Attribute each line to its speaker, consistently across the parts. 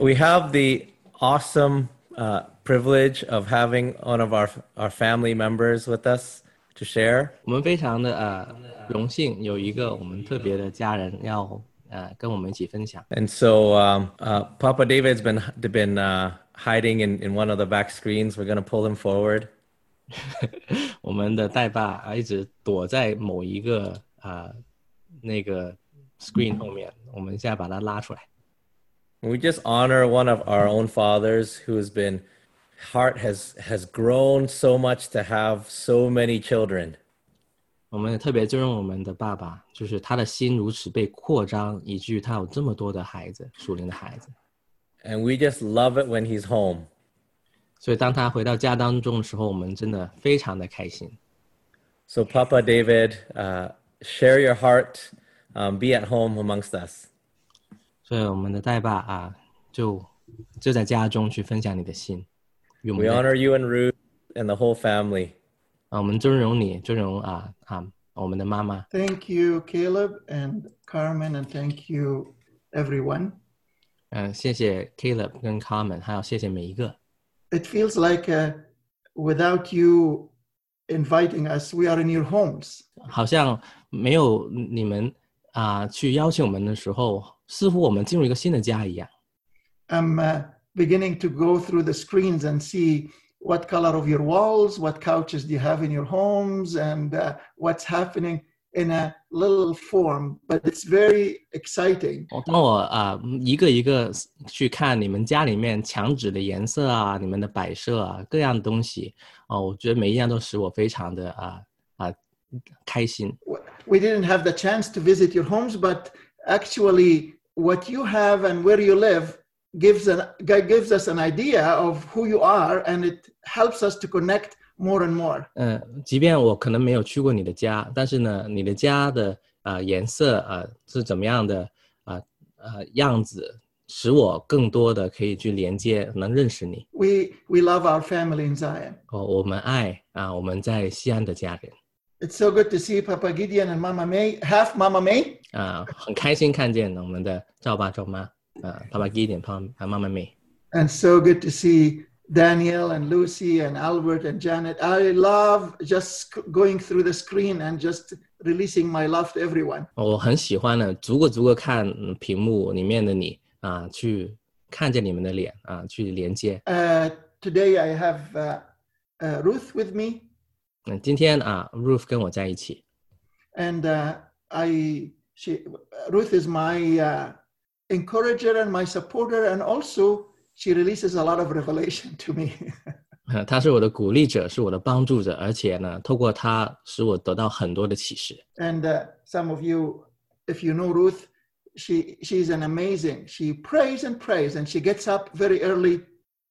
Speaker 1: we have the awesome uh, privilege of having one of our our family members with us to share.
Speaker 2: 我们非常的呃荣幸有一个我们特别的家人要呃跟我们一起分享。
Speaker 1: And so um, uh, Papa David's been been uh, hiding in, in one of the back screens. We're gonna pull him forward.
Speaker 2: 我们的带爸啊一直躲在某一个啊、呃那个 screen 后面，我们现在把他拉出来。
Speaker 1: We just honor one of our own fathers who has been heart has has grown so much to have so many children.
Speaker 2: 我们也特别尊重我们的爸爸，就是他的心如此被扩张，以至于他有这么多的孩子，属灵的孩子。
Speaker 1: And we just love it when he's home.
Speaker 2: 所以当他回到家当中的时候，我们真的非常的开心。
Speaker 1: So Papa David, uh, share your heart, um, be at home amongst us.
Speaker 2: 所以我们的带爸啊，就就在家中去分享你的心，与我们
Speaker 1: We
Speaker 2: 的
Speaker 1: honor you and Ruth and the whole family.
Speaker 2: 啊，我们尊荣你，尊荣啊啊我们的妈妈。
Speaker 3: Thank you, Caleb and Carmen, and thank you, everyone.
Speaker 2: 嗯，谢谢 Caleb 跟 Carmen，还有谢谢每一个。
Speaker 3: It feels like uh, without you inviting us, we are in your homes.
Speaker 2: 好像没有你们啊、去邀请我们的时候，似乎我们进入一个新的家一样。
Speaker 3: I'm uh, beginning to go through the screens and see what color of your walls, what couches do you have in your homes, and uh, what's happening in a little form. But it's very exciting.
Speaker 2: 我当我啊、一个一个去看你们家里面墙纸的颜色啊，你们的摆设啊，各样的东西啊、我觉得每一样都使我非常的啊啊、开心。
Speaker 3: we didn't have the chance to visit your homes, but actually, what you have and where you live gives an gi- gives us an idea of who you are, and it helps us to connect more and more.
Speaker 2: 嗯，即便我可能没有去过你的家，但是呢，你的家的呃颜色啊、呃、是怎么样的啊呃样子，使我更多的可以去连接，能认识你。
Speaker 3: We we love our family in Zion.
Speaker 2: 哦，我们爱啊、我们在西安的家人
Speaker 3: It's so good to see Papa Gideon and Mama May, half Mama May.
Speaker 2: 啊、很开心看见我们的赵爸赵妈啊，爸爸给一点胖啊，妈妈妹
Speaker 3: And so good to see Daniel and Lucy and Albert and Janet. I love just sc- going through the screen and just releasing my love to everyone.
Speaker 2: 哦我很喜欢呢，逐个逐个看嗯屏幕里面的你啊、去看见你们的脸啊、去连接。
Speaker 3: Uh, today I have uh, uh, Ruth with me,
Speaker 2: 嗯，今天啊、r o o f 跟我在一起。
Speaker 3: and uh, I she Ruth is my uh, encourager and my supporter, and also she releases a lot of revelation to me.
Speaker 2: 呃，他是我的鼓励者，是我的帮助者，而且呢，透过他使我得到很多的启示。
Speaker 3: and uh, some of you, if you know Ruth, she she's an amazing. She prays and prays, and she gets up very early,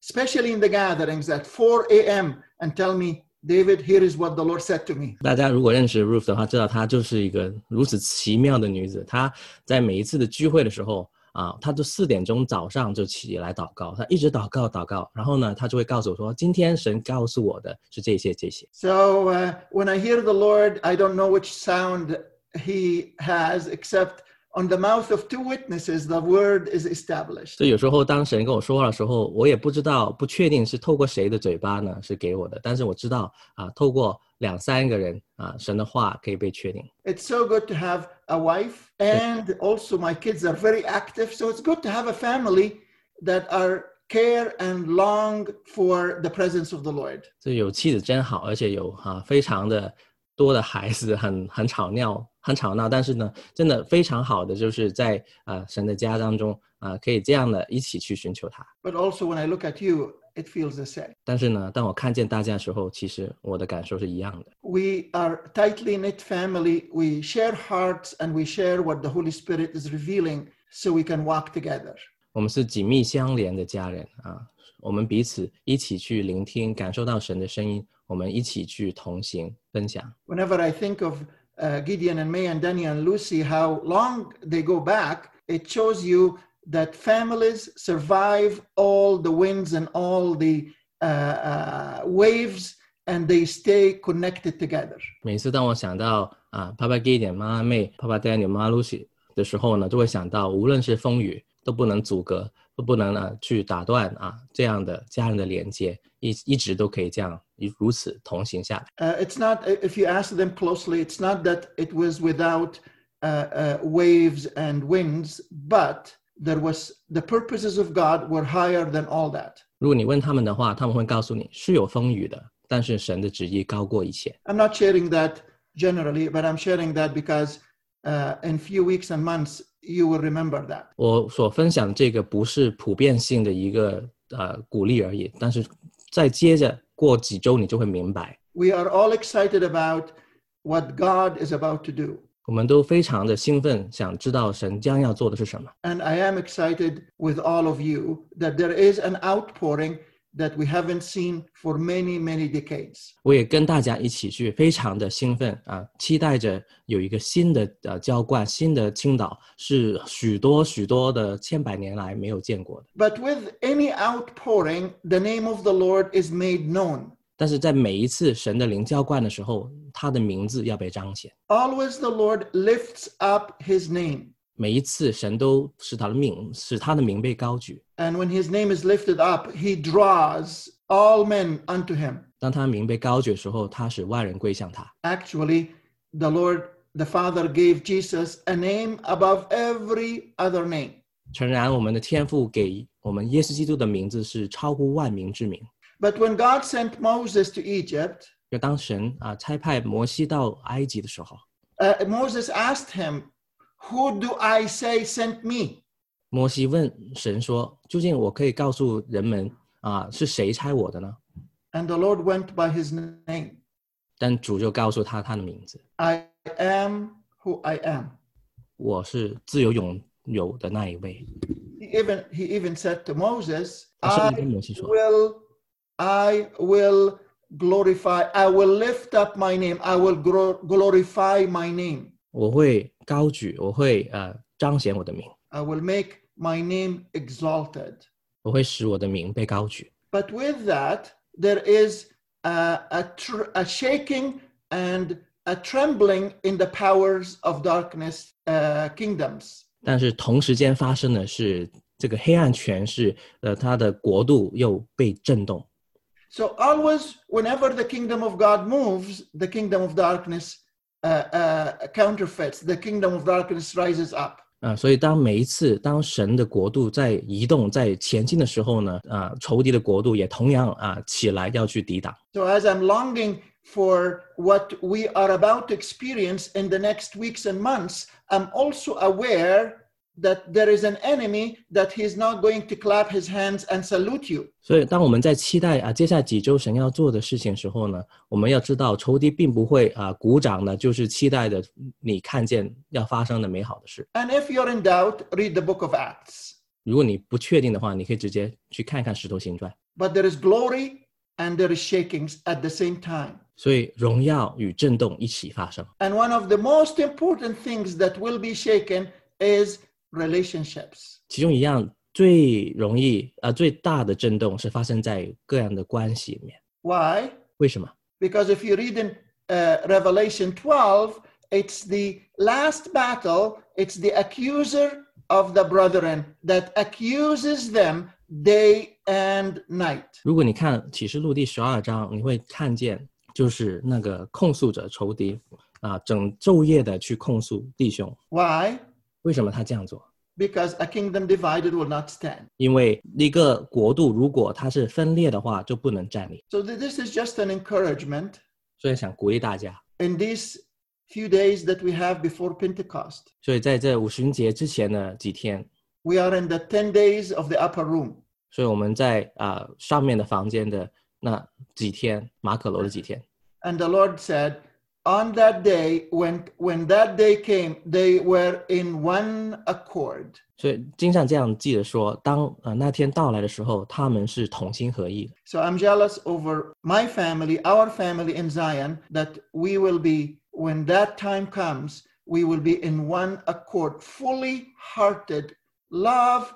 Speaker 3: especially in the gatherings at 4 a.m. and tell me, David, here is what the Lord said to me.
Speaker 2: 大家如果认识 Ruth 的话，知道她就是一个如此奇妙的女子。她在每一次的聚会的时候啊，她就四点钟早上就起来祷告，她一直祷告祷告，然后呢，她就会告诉我说，今天神告诉我的是这些这些。
Speaker 3: So uh, when I hear the Lord, I don't know which sound he has, except on the mouth of two witnesses, the word is established.
Speaker 2: 所以有时候当神跟我说话的时候，我也不知道不确定是透过谁的嘴巴呢是给我的，但是我知道啊，透过两三个人啊，神的话可以被确定。
Speaker 3: It's so good to have a wife, and also my kids are very active. So it's good to have a family that are care and long for the presence of the Lord.
Speaker 2: 这有妻子真好，而且有啊非常的多的孩子，很很吵闹，很吵闹。但是呢，真的非常好的，就是在啊、呃神的家当中啊、可以这样的一起去寻求他。
Speaker 3: But also when I look at you, it feels the same.
Speaker 2: 但是呢，当我看见大家的时候，其实我的感受是一样的。
Speaker 3: We are tightly knit family. We share hearts and we share what the Holy Spirit is revealing so we can walk together.
Speaker 2: 我们是紧密相连的家人啊，我们彼此一起去聆听，感受到神的声音，我们一起去同行分享。
Speaker 3: whenever I think of uh, Gideon and May and Danny and Lucy, how long they go back, it shows you that families survive all the winds and all the uh, uh, waves, and they stay connected together.
Speaker 2: 每次当我想到啊，爸爸 Gideon、妈妈妹、爸爸 Daniel、妈妈 Lucy 的时候呢，就会想到，无论是风雨都不能阻隔都不能啊去打断啊这样的家人的连接，一一直都可以这样一如此同行下来。
Speaker 3: Uh, it's not, if you ask them closely, it's not that it was without uh, uh, waves and winds, but there was the purposes of God were higher than all that.
Speaker 2: 如果你问他们的话，他们会告诉你是有风雨的，但是神的旨意高过一切。
Speaker 3: I'm not sharing that generally, but I'm sharing that because uh, in few weeks and months you will remember that.
Speaker 2: 我所分享的这个不是普遍性的一个呃鼓励而已，但是再接着过几周你就会明白，
Speaker 3: We are all excited about what God is about to do,
Speaker 2: 我们都非常的兴奋，想知道神将要做的是什么。
Speaker 3: and I am excited with all of you that there is an outpouring that we haven't seen for many many decades.
Speaker 2: 我也跟大家一起去，非常的兴奋啊，期待着有一个新的呃浇灌，新的青岛是许多许多的千百年来没有见过的。
Speaker 3: But with any outpouring, the name of the Lord is made known.
Speaker 2: 但是在每一次神的灵浇灌的时候，他的名字要被彰显。
Speaker 3: Always the Lord lifts up his name.
Speaker 2: 每一次神都使他的名，使他的名被高举。
Speaker 3: And when his name is lifted up, he draws all men unto him.
Speaker 2: 当他的名被高举的时候，他使万人归向他。
Speaker 3: Actually, the Lord, the Father gave Jesus a name above every other name.
Speaker 2: 诚然，我们的天父给我们耶稣基督的名字是超乎万名之名。
Speaker 3: But when God sent Moses to Egypt,
Speaker 2: 就当神啊差派摩西到埃及的时候，
Speaker 3: uh, Moses asked him, Who do I say sent me?
Speaker 2: 摩西问神说：“究竟我可以告诉人们啊是谁差我的呢
Speaker 3: And the Lord went by his name.？”
Speaker 2: 但主就告诉他他的名字：“
Speaker 3: I am who I am.
Speaker 2: 我是自由拥有的那一位。
Speaker 3: He even, he even said to Moses, ”
Speaker 2: 他甚
Speaker 3: I
Speaker 2: 至跟摩西说
Speaker 3: will I will glorify I will lift up my name I will gro- glorify my name：“
Speaker 2: 我会高举，我会呃彰显我的名，
Speaker 3: I will make my name exalted
Speaker 2: 我会使我的名被高举。”
Speaker 3: but with that there is a, a, tr- a shaking and a trembling in the powers of darkness uh, kingdoms
Speaker 2: 但是同时间发生的是，这个黑暗权势，呃，它的国度又被震动。
Speaker 3: so always whenever the kingdom of God moves the kingdom of darkness uh, uh, counterfeits the kingdom of darkness rises up
Speaker 2: 啊、所以当每一次当神的国度在移动、在前进的时候呢，啊、仇敌的国度也同样啊、起来要去抵挡。
Speaker 3: So, as I'm longing for what we are about to experience in the next weeks and months, I'm also aware that there is an enemy that he's not going to clap his hands and salute you.
Speaker 2: 所以当我们在期待啊、接下来几周神要做的事情的时候呢，我们要知道仇敌并不会啊、鼓掌的，就是期待的嗯你看见要发生的美好的事。
Speaker 3: And if you're in doubt, read the book of Acts.
Speaker 2: 如果你不确定的话，你可以直接去看看《石头行传》。
Speaker 3: But there is glory and there is shakings at the same time.
Speaker 2: 所以荣耀与震动一起发生。
Speaker 3: And one of the most important things that will be shaken is relationships.
Speaker 2: 其中一样最容易啊、呃最大的震动是发生在各样的关系里面。
Speaker 3: Why?
Speaker 2: 为什么？
Speaker 3: Because if you read in uh, Revelation 12, it's the last battle, it's the accuser of the brethren that accuses them day and night.
Speaker 2: 如果你看启示录第十二章，你会看见就是那个控诉者仇敌啊、整昼夜的去控诉弟兄。
Speaker 3: Why?
Speaker 2: 为什么他这样做？
Speaker 3: Because a kingdom divided will not stand.
Speaker 2: 因为一个国度如果它是分裂的话，就不能站立。
Speaker 3: So, th- this is just an encouragement
Speaker 2: 所以想鼓励大家，
Speaker 3: in these few days that we have before Pentecost.
Speaker 2: 所以在这五旬节之前的几天，
Speaker 3: We are in the 10 days of the upper room.
Speaker 2: 所以我们在啊、上面的房间的那几天，马可楼的几天，
Speaker 3: And the Lord said, On that day, when when that day came, they were in one accord.
Speaker 2: 所以经上这样记着说，当呃那天到来的时候，他们是同心合意的。
Speaker 3: So I'm jealous over my family, our family in Zion, that we will be, when that time comes, we will be in one accord, fully hearted, love,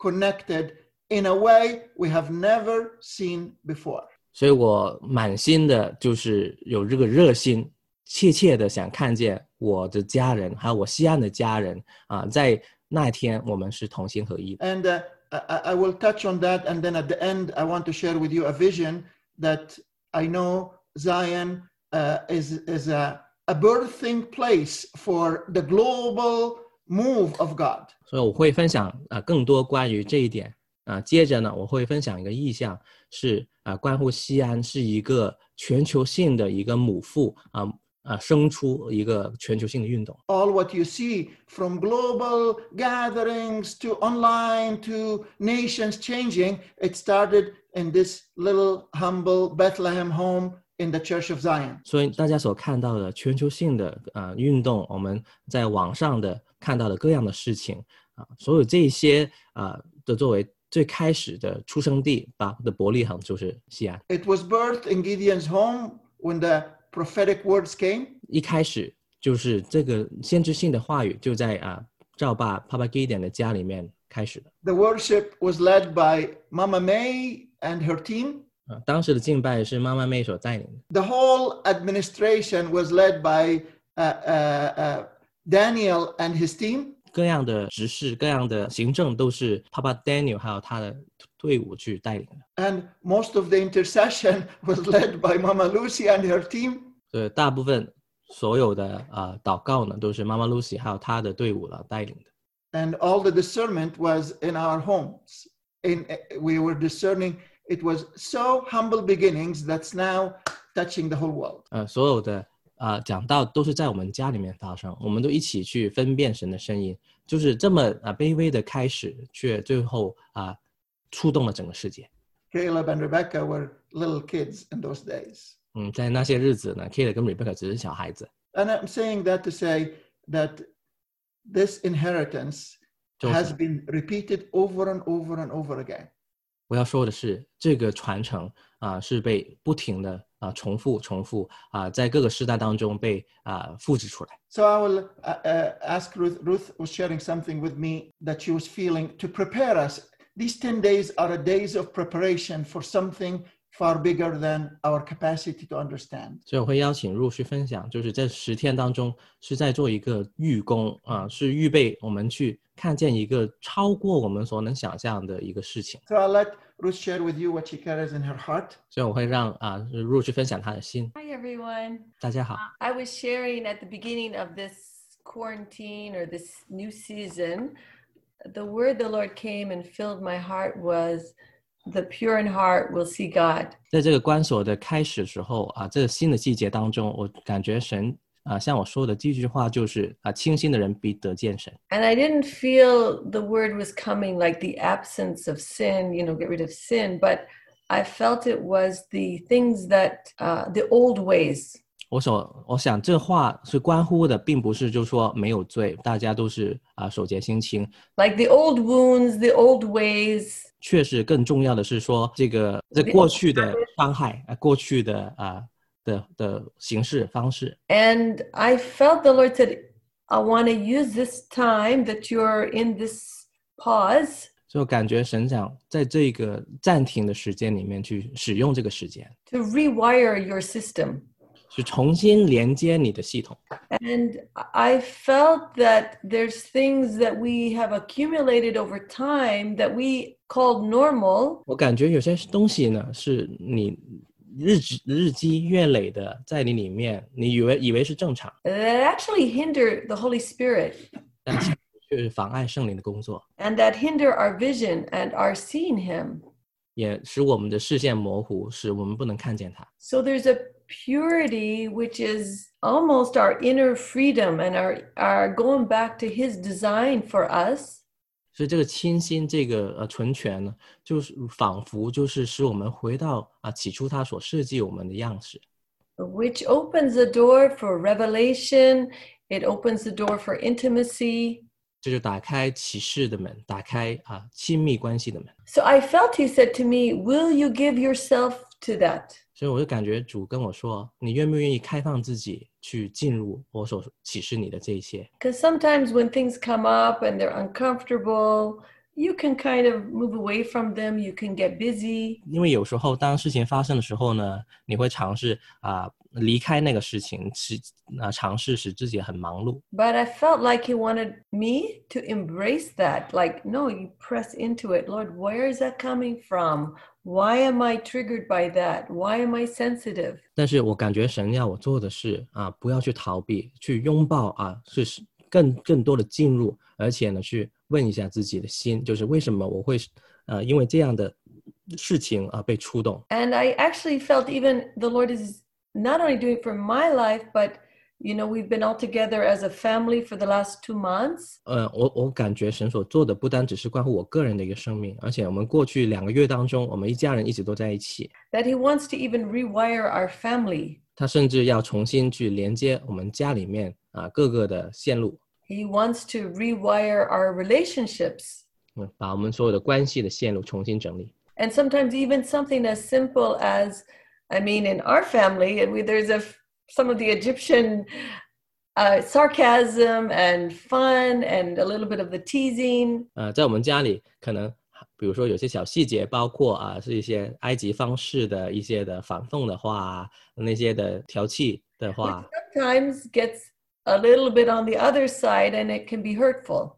Speaker 3: connected in a way we have never seen before.
Speaker 2: 所以我满心的就是有这个热心，切切的想看见我的家人，还有我西安的家人啊、在那天我们是同心合意的。
Speaker 3: And uh, I, I- I will touch on that. And then at the end, I want to share with you a vision that I know Zion uh, is, is a, a birthing place for the global move of God.
Speaker 2: 所以我会分享啊、呃更多关于这一点啊、接着呢，我会分享一个意向，是啊、关乎西安是一个全球性的一个母腹啊啊、生出一个全球性的运动。
Speaker 3: All what you see from global gatherings to online to nations changing, it started in this little humble Bethlehem home in the Church of Zion.
Speaker 2: 所以大家所看到的全球性的呃运动，我们在网上的看到的各样的事情啊、所有这些啊的作为最开始的出生地吧的伯利恒就是西安。
Speaker 3: It was birthed in Gideon's home when the prophetic words came.
Speaker 2: 一开始就是这个先知性的话语就在啊赵爸 Papa Gideon 的家里面开始的
Speaker 3: The worship was led by Mama May and her team.
Speaker 2: 啊，当时的敬拜是妈妈妹所带领的，
Speaker 3: The whole administration was led by uh, uh, uh, Daniel and his team.
Speaker 2: 各样的执事、各样的行政都是 Papa Daniel 还有他的队伍去带领的。
Speaker 3: And most of the intercession was led by Mama Lucy and her team.
Speaker 2: 所以大部分所有的啊、呃祷告呢，都是妈妈 Lucy 还有她的队伍了带领的。
Speaker 3: And all the discernment was in our homes. In, uh, we were discerning. It was so humble beginnings that's now touching the whole world.
Speaker 2: 呃，所有的啊、呃讲道都是在我们家里面发生，我们都一起去分辨神的声音，就是这么啊、呃卑微的开始，却最后啊、触动了整个世界。
Speaker 3: Caleb and Rebecca were little kids in those days.
Speaker 2: 嗯，在那些日子呢 k a l e 跟 Rebecca 只是小孩子，
Speaker 3: And I'm saying that to say that this inheritance
Speaker 2: 就
Speaker 3: has
Speaker 2: 是
Speaker 3: been repeated over and over and over again.
Speaker 2: 我要说的是，这个传承啊、是被不停的啊、重复、重复啊、在各个时代当中被啊、复制出来。
Speaker 3: So I will uh, uh, ask Ruth. Ruth was sharing something with me that she was feeling to prepare us. These 10 days are a days of preparation for something far bigger than our capacity to understand.
Speaker 2: 所以我会邀请入去分享，就是在十天当中是在做一个预工啊、是预备我们去看见一个超过我们所能想象的一个事情。
Speaker 3: So I'll let Ruth share with you what she carries in her heart.
Speaker 2: 所以我会让啊入去分享他的心。
Speaker 4: Hi, everyone.
Speaker 2: 大家好，
Speaker 4: I was sharing at the beginning of this quarantine or this new season, the word the Lord came and filled my heart was, The pure in heart will see God.
Speaker 2: 在这个关锁的开始时候啊、这个新的季节当中，我感觉神啊、像我说的第一句话就是啊、清心的人必得见神。
Speaker 4: And I didn't feel the word was coming like the absence of sin, you know, get rid of sin, but I felt it was the things that, uh, the old ways,
Speaker 2: 我所我想这话是关乎的，并不是就说没有罪，大家都是啊、手洁心清，
Speaker 4: like the old wounds, the old ways,
Speaker 2: 确实更重要的是说，这个这过去的伤害，啊，过去的啊、的的形式方式，
Speaker 4: And I felt the Lord said, I want to use this time that you're in this pause
Speaker 2: 就感觉神想在这个暂停的时间里面去使用这个时间，
Speaker 4: to rewire your system.
Speaker 2: 去重新连接你的系统。
Speaker 4: And I felt that there's things that we have accumulated over time that we called normal.
Speaker 2: 我感觉有些东西呢，是你日积日积月累的在你里面，你以为以为是正常，
Speaker 4: That actually hinder the Holy Spirit
Speaker 2: 但其实却是妨碍圣灵的工作，
Speaker 4: and that hinder our vision and our seeing Him.
Speaker 2: 也使我们的视线模糊，使我们不能看见它。
Speaker 4: So there's a purity which is almost our inner freedom and our, our going back to his design for us.
Speaker 2: 所以这个清新，这个呃纯全呢，就是仿佛就是使我们回到啊、起初他所设计我们的样式，
Speaker 4: Which opens the door for revelation. It opens the door for intimacy.
Speaker 2: 这就打开启示的门，打开啊、亲密关系的门。
Speaker 4: So I felt he said to me, Will you give yourself to that?
Speaker 2: 所以我就感觉主跟我说，你愿不愿意开放自己去进入我所启示你的这一些？
Speaker 4: Because sometimes when things come up and they're uncomfortable, you can kind of move away from them. You can get busy.
Speaker 2: 因为有时候当事情发生的时候呢，你会尝试啊、离开那个事情，使啊、尝试使自己很忙碌。
Speaker 4: But I felt like he wanted me to embrace that. Like, no, you press into it. Lord, where is that coming from? Why am I triggered by that? Why am I sensitive?
Speaker 2: 但是我感觉神要我做的是啊，不要去逃避，去拥抱啊，是是更更多的进入，而且呢，去问一下自己的心，就是为什么我会呃因为这样的事情啊而被触动。
Speaker 4: And I actually felt even the Lord is not only doing it for my life, but you know, we've been all together as a family for the last two months.
Speaker 2: 呃，我我感觉神所做的不单只是关乎我个人的一个生命，而且我们过去两个月当中，我们一家人一直都在一起。
Speaker 4: That He wants to even rewire our family.
Speaker 2: 他甚至要重新去连接我们家里面啊、各个的线路，
Speaker 4: He wants to rewire our relationships.
Speaker 2: 嗯，把我们所有的关系的线路重新整理。
Speaker 4: and sometimes even something as simple as i mean in our family and we there's a f- some of the egyptian uh, sarcasm and fun and a little bit of the teasing
Speaker 2: 呃，在我们家里，可能比如说有些小细节，包括啊，是一些埃及方式的一些的反讽的话啊，那些的调戏的
Speaker 4: which
Speaker 2: 话，
Speaker 4: sometimes gets a little bit on the other side and it can be hurtful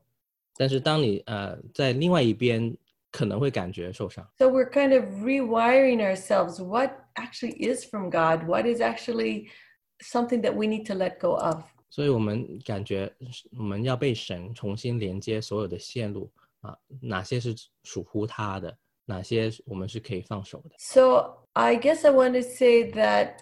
Speaker 2: 但是当你呃在另外一边，可能会感觉受伤。
Speaker 4: so we're kind of rewiring ourselves what actually is from god what is actually something that we need to let go of
Speaker 2: 所以我们感觉是我们要被神重新连接所有的线路啊，哪些是属乎他的，哪些是我们是可以放手的。
Speaker 4: So I guess I want to say that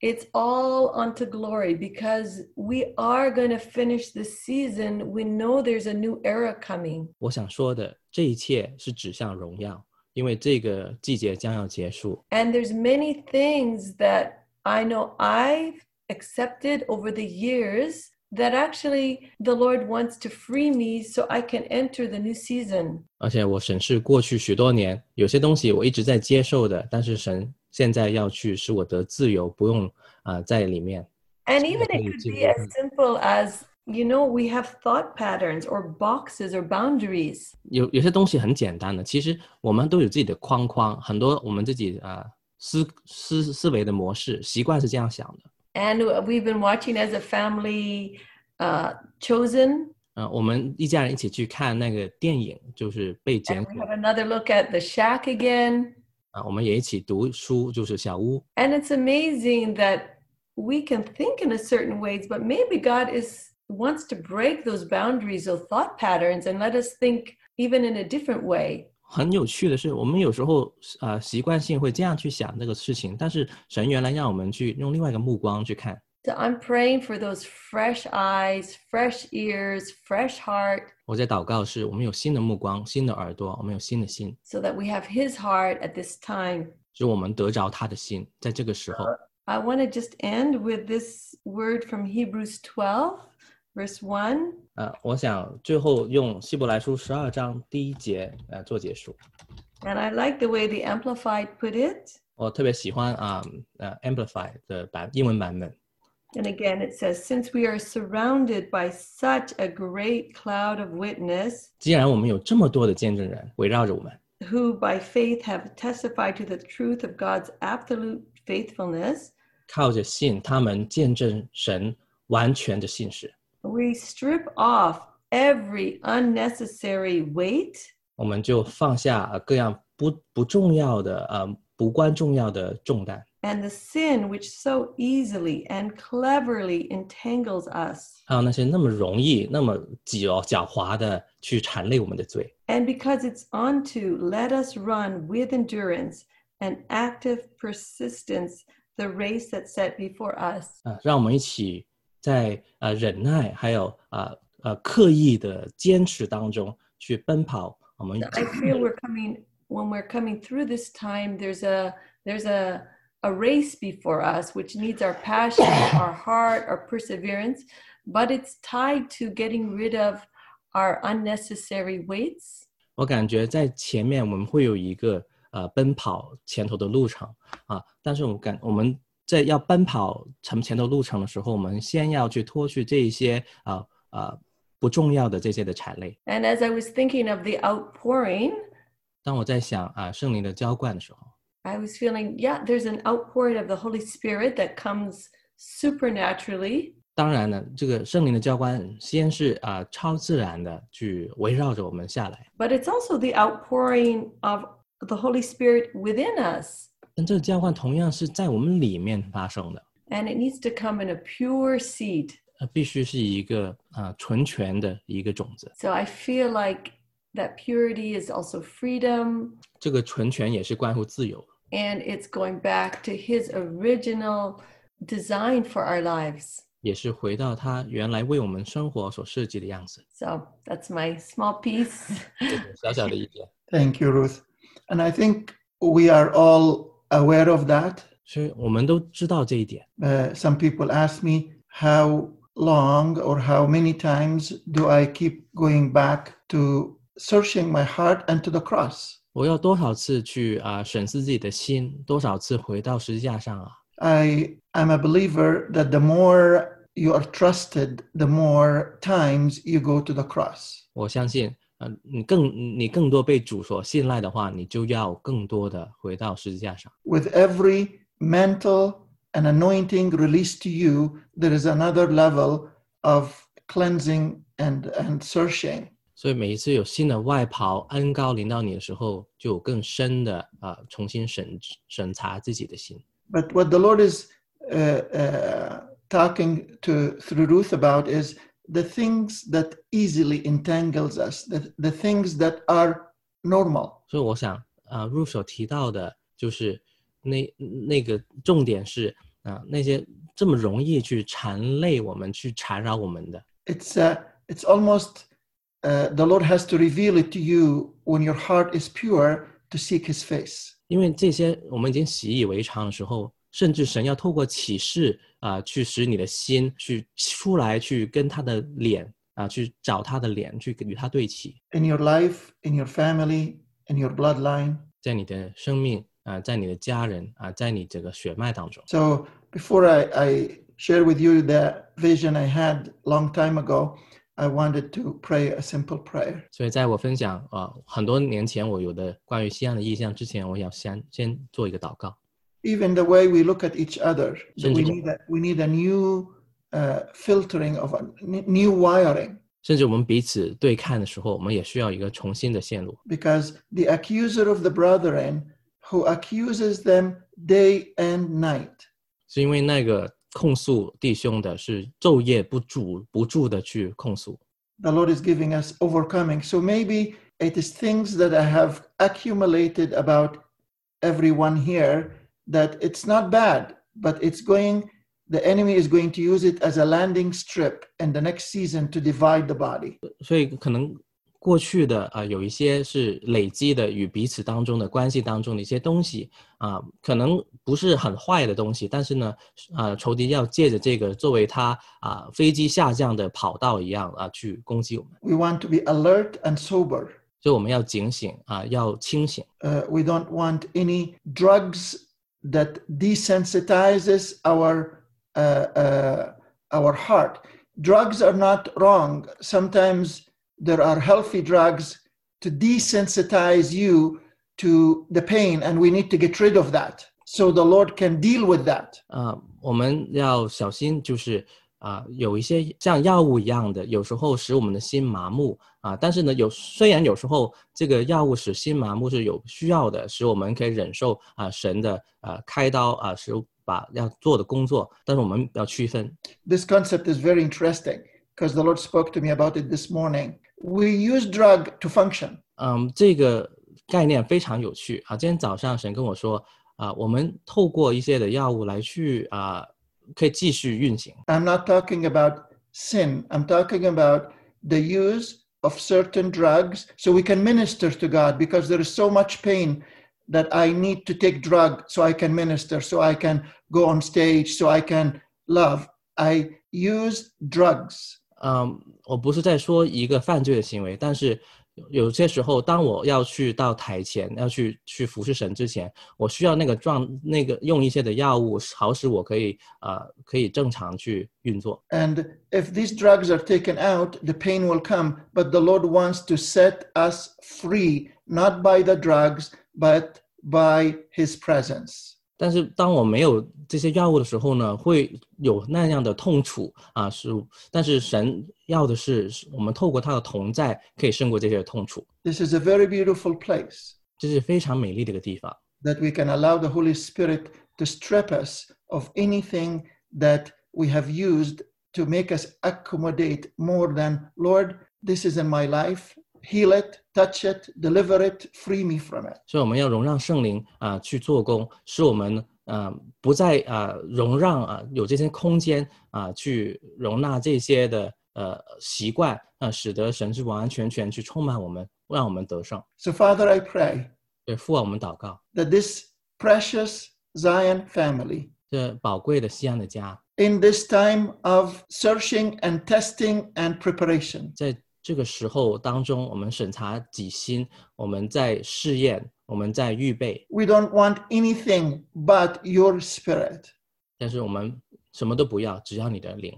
Speaker 4: it's all unto glory because we are going to finish this season. We know there's a new era coming.
Speaker 2: 我想说的，这一切是指向荣耀，因为这个季节将要结束。
Speaker 4: And there's many things that I know I've accepted over the years that actually the Lord wants to free me so I can enter the new season.
Speaker 2: 而且我审视过去许多年，有些东西我一直在接受的，但是神现在要去使我得自由，不用啊、在里面。
Speaker 4: And
Speaker 2: So
Speaker 4: even
Speaker 2: I think
Speaker 4: it could
Speaker 2: it's
Speaker 4: be
Speaker 2: important.
Speaker 4: as simple as, you know, we have thought patterns or boxes or boundaries.
Speaker 2: 有有些东西很简单的，其实我们都有自己的框框，很多我们自己啊、呃思思思维的模式习惯是这样想的。
Speaker 4: and we've been watching as a family uh, chosen
Speaker 2: 呃，我们一家人一起去看那个电影，就是被检
Speaker 4: and
Speaker 2: 索
Speaker 4: we have another look at the shack again
Speaker 2: 啊、我们也一起读书，就是小屋。
Speaker 4: and it's amazing that we can think in a certain ways but maybe god is wants to break those boundaries or thought patterns and let us think even in a different way
Speaker 2: 很有趣的是，我们有时候呃习惯性会这样去想这个事情，但是神原来让我们去用另外一个目光去看。
Speaker 4: so i'm praying for those fresh eyes fresh ears fresh heart
Speaker 2: 我在祷告是，我们有新的目光、新的耳朵，我们有新的心，
Speaker 4: so that we have his heart at this time
Speaker 2: 使我们得着他的心。在这个时候，
Speaker 4: I want to just end with this word from Hebrews 12, verse 1.
Speaker 2: 呃，我想最后用希伯来书十二章第一节呃做结束。
Speaker 4: And I like the way the Amplified put it.
Speaker 2: 我特别喜欢啊呃 Amplify 的版英文版本。
Speaker 4: And again, it says, Since we are surrounded by such a great cloud of witness,
Speaker 2: 既然我们有这么多的见证人围绕着我们，
Speaker 4: who by faith have testified to the truth of God's absolute faithfulness,
Speaker 2: 靠着信，他们见证神完全的信实。
Speaker 4: we strip off every unnecessary weight
Speaker 2: 我们就放下呃各样不不重要的呃不关重要的重担，
Speaker 4: and the sin which so easily and cleverly entangles us.
Speaker 2: 还有啊那些那么容易、那么狡狡猾的去缠累我们的罪。
Speaker 4: And because it's onto, let us run with endurance and active persistence the race that's set before us.
Speaker 2: 啊，让我们一起在呃忍耐，还有呃呃刻意的坚持当中去奔跑我们
Speaker 4: I feel we're coming when we're coming through this time. There's a there's a a race before us which needs our passion, our heart, our perseverance, but it's tied to getting rid of our unnecessary weights.
Speaker 2: 我感觉在前面我们会有一个呃奔跑前头的路程啊，但是我感我们在要奔跑成前头路程的时候，我们先要去脱去这一些啊啊、不重要的这些的缠累。
Speaker 4: And as I was thinking of the outpouring,
Speaker 2: 当我在想啊、圣灵的浇灌的时候，
Speaker 4: I was feeling, yeah, there's an outpouring of the Holy Spirit that comes supernaturally.
Speaker 2: 当然呢，这个圣灵的浇灌先是啊、呃超自然的去围绕着我们下来，
Speaker 4: But it's also the outpouring of the Holy Spirit within us.
Speaker 2: 但这个浇灌同样是在我们里面发生的，
Speaker 4: And it needs to come in a pure seed.
Speaker 2: 呃，必须是一个啊、呃纯全的一个种子。
Speaker 4: So I feel like that purity is also freedom
Speaker 2: 这个纯全也是关乎自由，
Speaker 4: and it's going back to his original design for our lives.
Speaker 2: 也是回到他原来为我们生活所设计的样子。
Speaker 4: So that's my small piece.
Speaker 2: 小小的一点，
Speaker 3: Thank you, Ruth. And I think we are all aware of that.
Speaker 2: 所以我们都知道这一点。
Speaker 3: Uh, some people ask me how long or how many times do I keep going back to searching my heart and to the cross.
Speaker 2: 我要多少次去啊、审视自己的心，多少次回到十字架上啊？
Speaker 3: I am a believer that the more you are trusted, the more times you go to the cross.
Speaker 2: 我相信，啊，你更你更多被主所信赖的话，你就要更多的回到十字架上。
Speaker 3: With every mantle and anointing released to you, there is another level of cleansing and, and searching.
Speaker 2: 所以每一次有新的外袍恩高临到你的时候，就有更深的啊、重新审审查自己的心。
Speaker 3: But what the Lord is uh, uh, talking to through Ruth about is the things that easily entangles us, the, the things that are normal.
Speaker 2: 所以我想啊，入手提到的就是那那个重点是啊、那些这么容易去缠累我们、去缠绕我们的，
Speaker 3: It's uh, it's almost uh, the Lord has to reveal it to you when your heart is pure to seek His face.
Speaker 2: 因为这些我们已经习以为常的时候，甚至神要透过启示啊、去使你的心去出来，去跟他的脸啊、去找他的脸，去与他对齐，
Speaker 3: in your life, in your family, in your bloodline.
Speaker 2: 在你的生命啊、在你的家人啊、在你这个血脉当中。
Speaker 3: So before I, I share with you the vision I had long time ago, I wanted to pray a simple prayer.
Speaker 2: 所以，在我分享啊、呃很多年前我有的关于西安的意向之前，我要先先做一个祷告。
Speaker 3: Even the way we look at each other, so we
Speaker 2: Gentlemen.
Speaker 3: need a, we need a new uh, filtering of a n- new wiring
Speaker 2: 甚至我们彼此对看的时候，我们也需要一个重新的线路，
Speaker 3: because the accuser of the brethren who accuses them day and night.
Speaker 2: 是因为那个控诉弟兄的是昼夜不住不住的去控诉，
Speaker 3: the Lord is giving us overcoming. So maybe it is things that I have accumulated about everyone here that it's not bad, but it's going, the enemy is going to use it as a landing strip in the next season to divide the body.
Speaker 2: 所以可能过去的啊、呃有一些是累积的与彼此当中的关系当中的一些东西啊、可能不是很坏的东西，但是呢，啊，仇敌要借着这个作为他啊、飞机下降的跑道一样啊、去攻击我们，
Speaker 3: We want to be alert and sober.
Speaker 2: 所以我们要警醒啊、要清醒。
Speaker 3: Uh, we don't want any drugs that desensitizes our uh, uh, our heart. Drugs are not wrong. Sometimes there are healthy drugs to desensitize you to the pain, and we need to get rid of that so the Lord can deal with that.
Speaker 2: 啊，我们要小心，就是啊、有一些像药物一样的，有时候使我们的心麻木啊、但是呢，有虽然有时候这个药物使心麻木是有需要的，使我们可以忍受啊、神的呃开刀啊、使把要做的工作，但是我们要区分，
Speaker 3: This concept is very interesting because the Lord spoke to me about it this morning. We use drug to function.
Speaker 2: 嗯，这个概念非常有趣啊。今天早上神跟我说啊、我们透过一些的药物来去啊、可以继续运行。
Speaker 3: I'm not talking about sin. I'm talking about the use of certain drugs so we can minister to God because there is so much pain that I need to take drug so I can minister, so I can go on stage, so I can love. I use drugs.
Speaker 2: 嗯，我不是在说一个犯罪的行为，但是有有些时候，当我要去到台前，要去去服侍神之前，我需要那个状那个用一些的药物，好使我可以呃可以正常去运作。
Speaker 3: And if these drugs are taken out, the pain will come. But the Lord wants to set us free, not by the drugs, but by his presence.
Speaker 2: 但是当我没有这些药物的时候呢，会有那样的痛楚啊，是。但是神要的是是我们透过他的同在，可以胜过这些痛楚。
Speaker 3: This is a very beautiful place
Speaker 2: 这是非常美丽的一个地方。
Speaker 3: that we can allow the Holy Spirit to strip us of anything that we have used to make us accommodate more than, Lord, this is in my life. Heal it, touch it, deliver it, free me from it.
Speaker 2: 所以我们要容让圣灵啊、去做工，使我们啊不再啊、容让啊、有这些空间啊、去容纳这些的呃习惯啊、使得神是完完全全去充满我们，让我们得胜。
Speaker 3: So, Father, I pray
Speaker 2: 对，父啊，我们祷告，
Speaker 3: that this precious Zion family,
Speaker 2: 这宝贵的西安的家，
Speaker 3: in this time of searching and testing and preparation,
Speaker 2: 在这个时候当中，我们审查己心，我们在试验，我们在预备，
Speaker 3: we don't want anything but your spirit.
Speaker 2: 但是我们什么都不要，只要你的灵。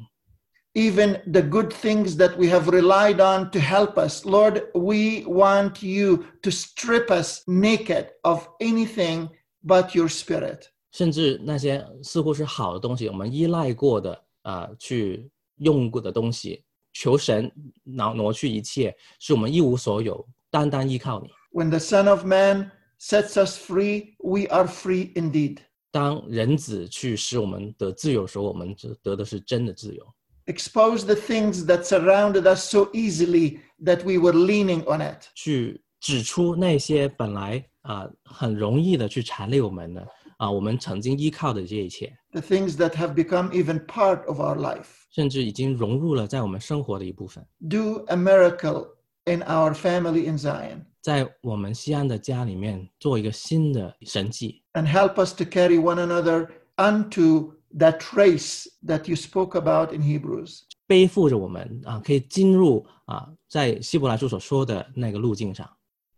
Speaker 3: even the good things that we have relied on to help us. Lord, we want you to strip us naked of anything but your spirit.
Speaker 2: 甚至那些似乎是好的东西，我们依赖过的啊、呃去用过的东西，求神挪挪去一切，使我们一无所有，单单依靠你。
Speaker 3: When the Son of Man sets us free, we are free indeed.
Speaker 2: 当人子去使我们得自由的时候，我们就得的是真的自由。
Speaker 3: Expose the things that surrounded us so easily that we were leaning on it.
Speaker 2: 去指出那些本来啊、很容易的去缠累我们的啊、我们曾经依靠的这一切，
Speaker 3: The things that have become even part of our life.
Speaker 2: 甚至已经融入了在我们生活的一部分。
Speaker 3: Do a miracle in our family in Zion
Speaker 2: 在我们西安的家里面做一个新的神迹，
Speaker 3: and help us to carry one another unto that race that you spoke about in Hebrews.
Speaker 2: 背负着我们啊，可以进入啊，在希伯来书所说的那个路径上。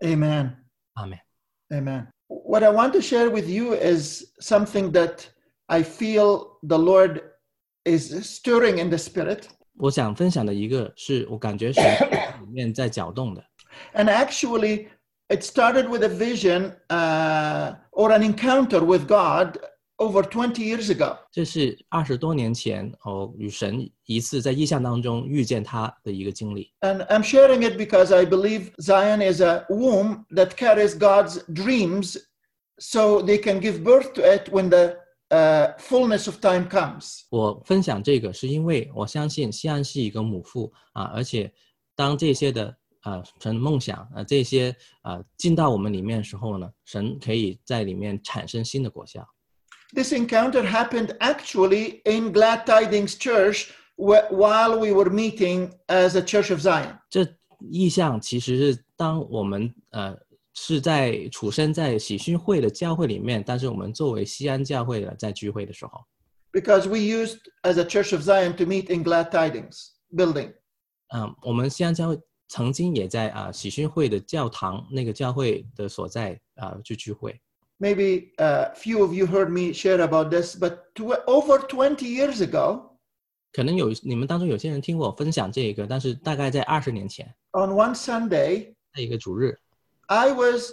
Speaker 3: Amen.
Speaker 2: 阿门。
Speaker 3: Amen. What I want to share with you is something that I feel the Lord is stirring in the spirit.
Speaker 2: 我想分享的一个是我感觉神里面在搅动的，
Speaker 3: And actually, it started with a vision uh, or an encounter with God over 20 years ago.
Speaker 2: 这是二十多年前哦与神一次在意象当中遇见他的一个经历。
Speaker 3: And I'm sharing it because I believe Zion is a womb that carries God's dreams so they can give birth to it when the uh, fullness of time comes.
Speaker 2: 我分享这个是因为我相信西安是一个母腹啊，而且当这些的啊神的梦想啊这些啊进到我们里面的时候呢，神可以在里面产生新的果效。
Speaker 3: This encounter happened actually in Glad Tidings Church wh- while we were meeting as a Church of Zion.
Speaker 2: 这意象其实是当我们呃是在处身在喜讯会的教会里面，但是我们作为西安教会的在聚会的时候，
Speaker 3: Because we used as a Church of Zion to meet in Glad Tidings building.
Speaker 2: 嗯、我们西安教会曾经也在啊、喜讯会的教堂那个教会的所在啊、去聚会。
Speaker 3: Maybe a few of you heard me share about this, but tw- over 20 years ago,
Speaker 2: 可能有你们当中有些人听过我分享这个，但是大概在二十年前，
Speaker 3: on one Sunday,
Speaker 2: 在一个主日
Speaker 3: I was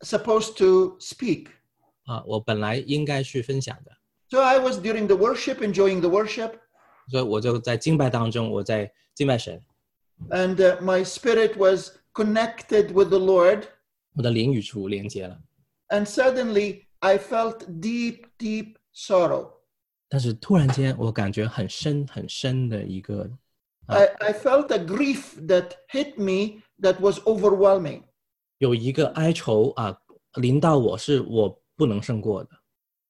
Speaker 3: supposed to speak.
Speaker 2: 啊、我本来应该去分享的，
Speaker 3: So I was during the worship, enjoying the worship,
Speaker 2: 所以我就在敬拜当中，我在敬拜神，
Speaker 3: and uh, my spirit was connected with the Lord.
Speaker 2: 我的灵与主连接了，
Speaker 3: And suddenly I felt deep, deep sorrow.
Speaker 2: 但是突然间我感觉很深很深的一个
Speaker 3: I, I felt a grief that hit me that was overwhelming.
Speaker 2: 有一个哀愁啊临到我，是我不能胜过的。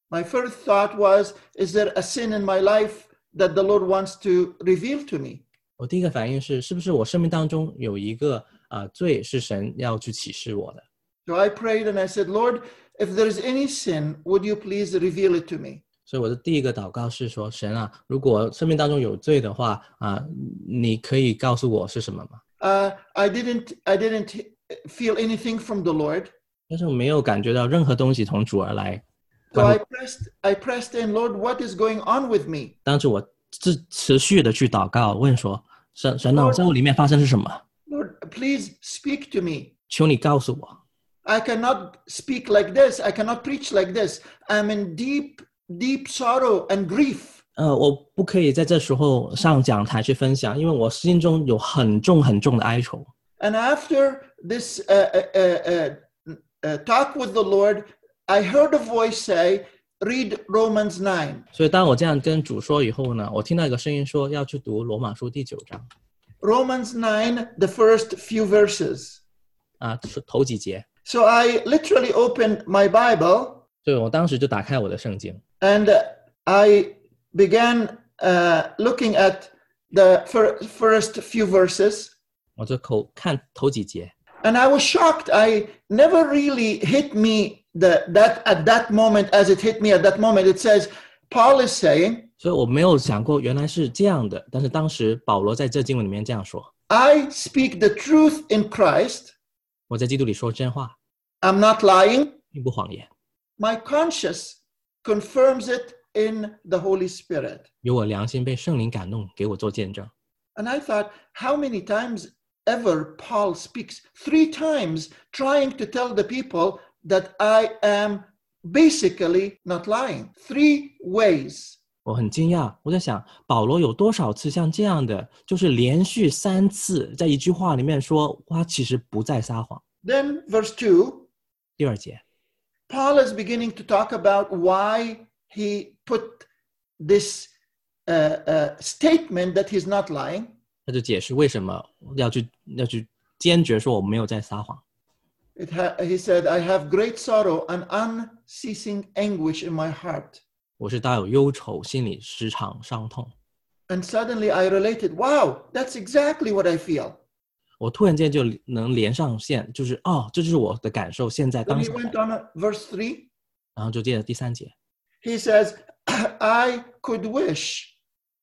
Speaker 3: My first thought was, is there a sin in my life that the Lord wants to reveal to me?
Speaker 2: 我第一个反应是，是不是我生命当中有一个啊罪是神要去启示我的？
Speaker 3: So I prayed and I said, Lord, if there is any sin, would you please reveal it to me?
Speaker 2: 所以我的第一个祷告是说，神啊，如果生命当中有罪的话啊，你可以告诉我是什么吗？
Speaker 3: uh, I didn't I didn't feel anything from the Lord.
Speaker 2: 但是我没有感觉到任何东西从主而来。
Speaker 3: So
Speaker 2: Wow.
Speaker 3: I pressed I pressed in, Lord, what is going on with me?
Speaker 2: 当时我持持续的去祷告，问说，神神啊，我在我里面发生是什么？
Speaker 3: Lord, please speak to me.
Speaker 2: 求你告诉我。
Speaker 3: I cannot speak like this. I cannot preach like this. I'm in deep, deep sorrow and grief.
Speaker 2: 呃，我不可以在这时候上讲台去分享，因为我心中有很重很重的哀愁。
Speaker 3: And after this uh, uh, uh, uh, uh, talk with the Lord, I heard a voice say, Read Romans 9.
Speaker 2: 所以当我这样跟主说以后呢，我听到一个声音说要去读罗马书第九章
Speaker 3: Romans 9, the first few verses.
Speaker 2: 啊，是头几节。
Speaker 3: So I literally opened my Bible
Speaker 2: 所以我当时就打开我的圣经，
Speaker 3: and I began uh, looking at the fir- first few verses.
Speaker 2: 我就口看头几节，
Speaker 3: And I was shocked. I never really hit me the, that at that moment as it hit me at that moment. It says, Paul is saying,
Speaker 2: 所以我没有想过原来是这样的。但是当时保罗在这经文里面这样说：
Speaker 3: I speak the truth in Christ.
Speaker 2: 我在基督里说真话，
Speaker 3: I'm not lying.
Speaker 2: 并不谎言，
Speaker 3: My conscience confirms it in the Holy Spirit.
Speaker 2: 有我良心被圣灵感动，给我做见证。
Speaker 3: And I thought, how many times ever Paul speaks? Three times trying to tell the people that I am basically not lying. Three ways.
Speaker 2: 我很惊讶，我在想保罗有多少次像这样的，就是连续三次在一句话里面说他其实不在撒谎。
Speaker 3: Then, verse 2,
Speaker 2: 第二节，
Speaker 3: Paul is beginning to talk about why he put this uh, uh, statement that he's not lying.
Speaker 2: 他就解释为什么要去要去坚决说我没有在撒谎。
Speaker 3: It ha- he said, I have great sorrow and unceasing anguish in my heart.
Speaker 2: 我是大有忧愁，心里时常伤痛。
Speaker 3: And suddenly I related, wow, that's exactly what I feel.
Speaker 2: 我突然间就能连上线，就是哦，这就是我的感受。现在
Speaker 3: Then
Speaker 2: 当
Speaker 3: he
Speaker 2: 下，
Speaker 3: went on, uh, verse 3.
Speaker 2: 然后就接着第三节，
Speaker 3: He says, I could wish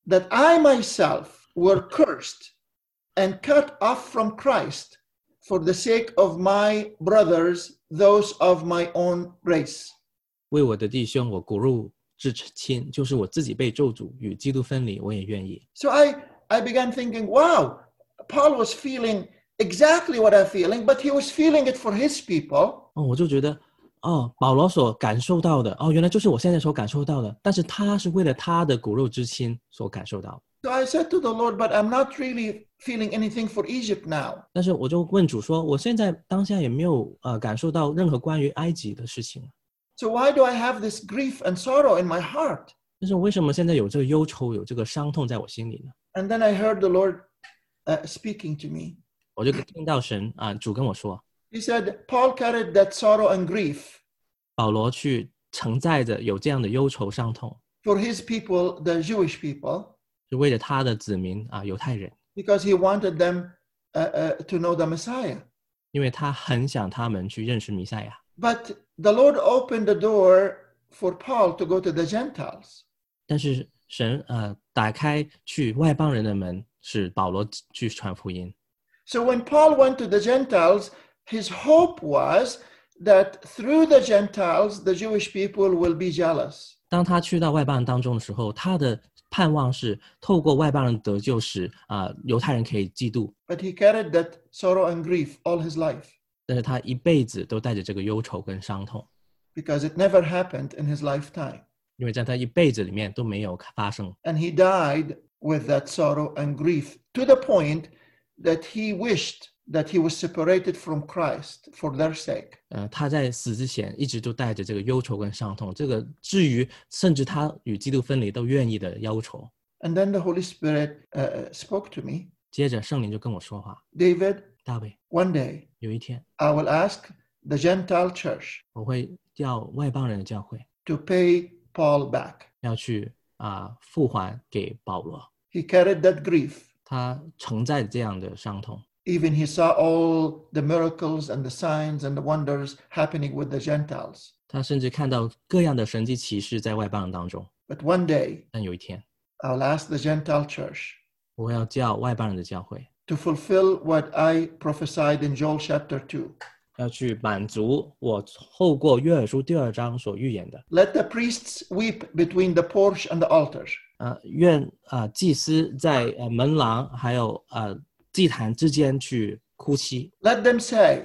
Speaker 3: that I myself were cursed and cut off from Christ for the sake of my brothers, those of my own race.
Speaker 2: 为我的弟兄，我骨肉至亲，就是我自己被咒诅与基督分离，我也愿意。
Speaker 3: So I, I began thinking, wow, Paul was feeling exactly what I'm feeling, but he was feeling it for his people.
Speaker 2: 哦，我就觉得，哦，保罗所感受到的，哦，原来就是我现在所感受到的。但是他是为了他的骨肉之亲所感受到的。
Speaker 3: So I said to the Lord, but I'm not really feeling anything for Egypt now.
Speaker 2: 但是我就问主说，我现在当下也没有呃感受到任何关于埃及的事情，
Speaker 3: So why do I have this grief and sorrow in my heart?
Speaker 2: 但是我为什么现在有这个忧愁，有这个伤痛在我心里呢？
Speaker 3: And then I heard the Lord uh, speaking to me.
Speaker 2: 我就听到神啊、主跟我说，
Speaker 3: He said, Paul carried that sorrow and grief
Speaker 2: 保罗去承载着有这样的忧愁伤痛，
Speaker 3: for his people, the Jewish people,
Speaker 2: 是为了他的子民啊、犹太人，
Speaker 3: because he wanted them uh, uh, to know the Messiah.
Speaker 2: 因为他很想他们去认识弥赛亚。
Speaker 3: But the Lord opened the door for Paul to go to the Gentiles.
Speaker 2: 但是神呃打开去外邦人的门，使保罗去传福音。
Speaker 3: So when Paul went to the Gentiles, his hope was that through the Gentiles, the Jewish people will be jealous.
Speaker 2: 当他去到外邦人当中的时候，他的盼望是透过外邦人得救使啊、犹太人可以嫉妒，
Speaker 3: But he carried that sorrow and grief all his life
Speaker 2: 但是他一辈子都带着这个忧愁跟伤痛，
Speaker 3: because it never happened in his lifetime.
Speaker 2: 因为在他一辈子里面都没有发生。
Speaker 3: And he died with that sorrow and grief to the point that he wished that he was separated from Christ for their sake.
Speaker 2: 呃，他在死之前一直都带着这个忧愁跟伤痛，这个至于甚至他与基督分离都愿意的忧愁。
Speaker 3: And then the Holy Spirit uh, spoke to me
Speaker 2: 接着圣灵就跟我说话，
Speaker 3: David,
Speaker 2: 大卫，
Speaker 3: one day
Speaker 2: 有一天
Speaker 3: I will ask the Gentile church
Speaker 2: 我会叫外邦人的教会
Speaker 3: to pay Paul back.
Speaker 2: 要去啊、付还给保罗，
Speaker 3: He carried that grief.
Speaker 2: 他承载着这样的伤痛，
Speaker 3: Even he saw all the miracles and the signs and the wonders happening with the Gentiles.
Speaker 2: 他甚至看到各样的神迹奇事在外邦人当中。
Speaker 3: But one day
Speaker 2: 但有一天，
Speaker 3: I'll ask the Gentile church
Speaker 2: 我要叫外邦人的教会
Speaker 3: to fulfill what I prophesied in Joel chapter 2.
Speaker 2: 要去满足我透过约珥书第二章所预言的。
Speaker 3: Let the priests weep between the porch and the altar.
Speaker 2: 呃，愿啊、呃祭司在呃门廊还有呃祭坛之间去哭泣，
Speaker 3: Let them say,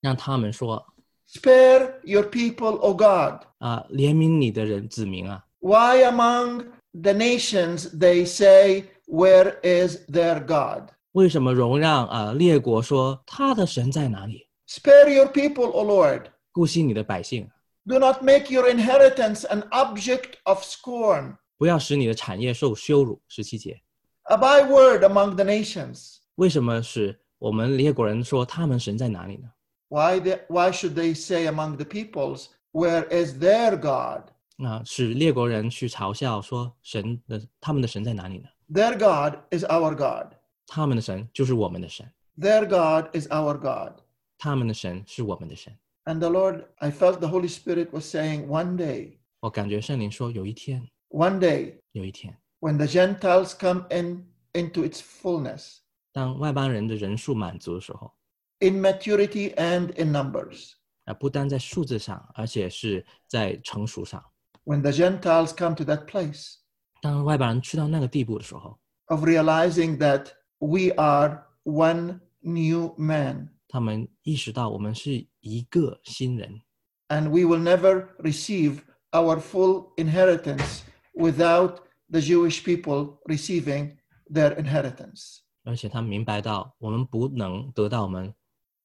Speaker 2: 让他们说
Speaker 3: Spare your people, O God.
Speaker 2: 啊，怜悯你的人子民啊，
Speaker 3: Why among the nations they say, Where is their God?
Speaker 2: 为什么容让啊列国说他的神在哪里？
Speaker 3: Spare your people, O Lord.
Speaker 2: 顾惜你的百姓，啊
Speaker 3: Do not make your inheritance an object of scorn,
Speaker 2: 不要使你的产业受羞辱。十七节，
Speaker 3: a byword among the nations.
Speaker 2: 为什么使我们列国人说他们神在哪里呢？
Speaker 3: Why, the, why should they say among the peoples, Where is their God?
Speaker 2: 那使列国人去嘲笑说神的他们的神在哪里呢？
Speaker 3: Their God is our God.
Speaker 2: 他们的神就是我们的神，
Speaker 3: Their God is our God.
Speaker 2: 他们的神是我们的神。
Speaker 3: And the Lord, I felt the Holy Spirit was saying, One day,
Speaker 2: 我感觉圣灵说，有一天，
Speaker 3: one day,
Speaker 2: 有一天，
Speaker 3: when the Gentiles come in into its fullness,
Speaker 2: 当外邦人的人数满足的时候，
Speaker 3: in maturity and in numbers,
Speaker 2: 啊，不单在数字上，而且是在成熟上。
Speaker 3: when the Gentiles come to that place
Speaker 2: 当外邦人去到那个地步的时候，
Speaker 3: of realizing that we are one new man
Speaker 2: 他们意识到我们是一个新人，
Speaker 3: and we will never receive our full inheritance without the Jewish people receiving their inheritance.
Speaker 2: 而且他们明白到我们不能得到我们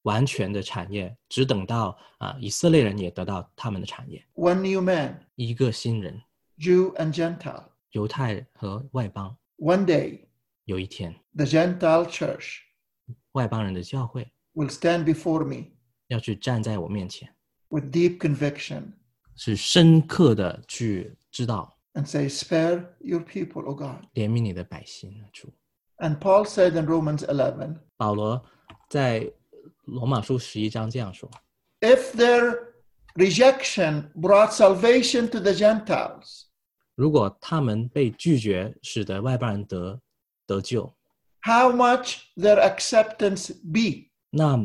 Speaker 2: 完全的产业，只等到啊以色列人也得到他们的产业。
Speaker 3: One new man,
Speaker 2: 一个新人，
Speaker 3: Jew and Gentile.
Speaker 2: 犹太和外邦，
Speaker 3: One day,
Speaker 2: 有一天，
Speaker 3: the Gentile church
Speaker 2: 外邦人的教会
Speaker 3: will stand before me
Speaker 2: 要去站在我面前，
Speaker 3: with deep conviction
Speaker 2: 是深刻的去知道
Speaker 3: and say, Spare your people, O God.
Speaker 2: 怜悯你的百姓啊主。
Speaker 3: And Paul said in Romans 11,
Speaker 2: 保罗在罗马书十一章这样说：
Speaker 3: If their rejection brought salvation to the Gentiles,
Speaker 2: 如果他们被拒绝，使得外邦人得得救，
Speaker 3: how much their acceptance be?
Speaker 2: 那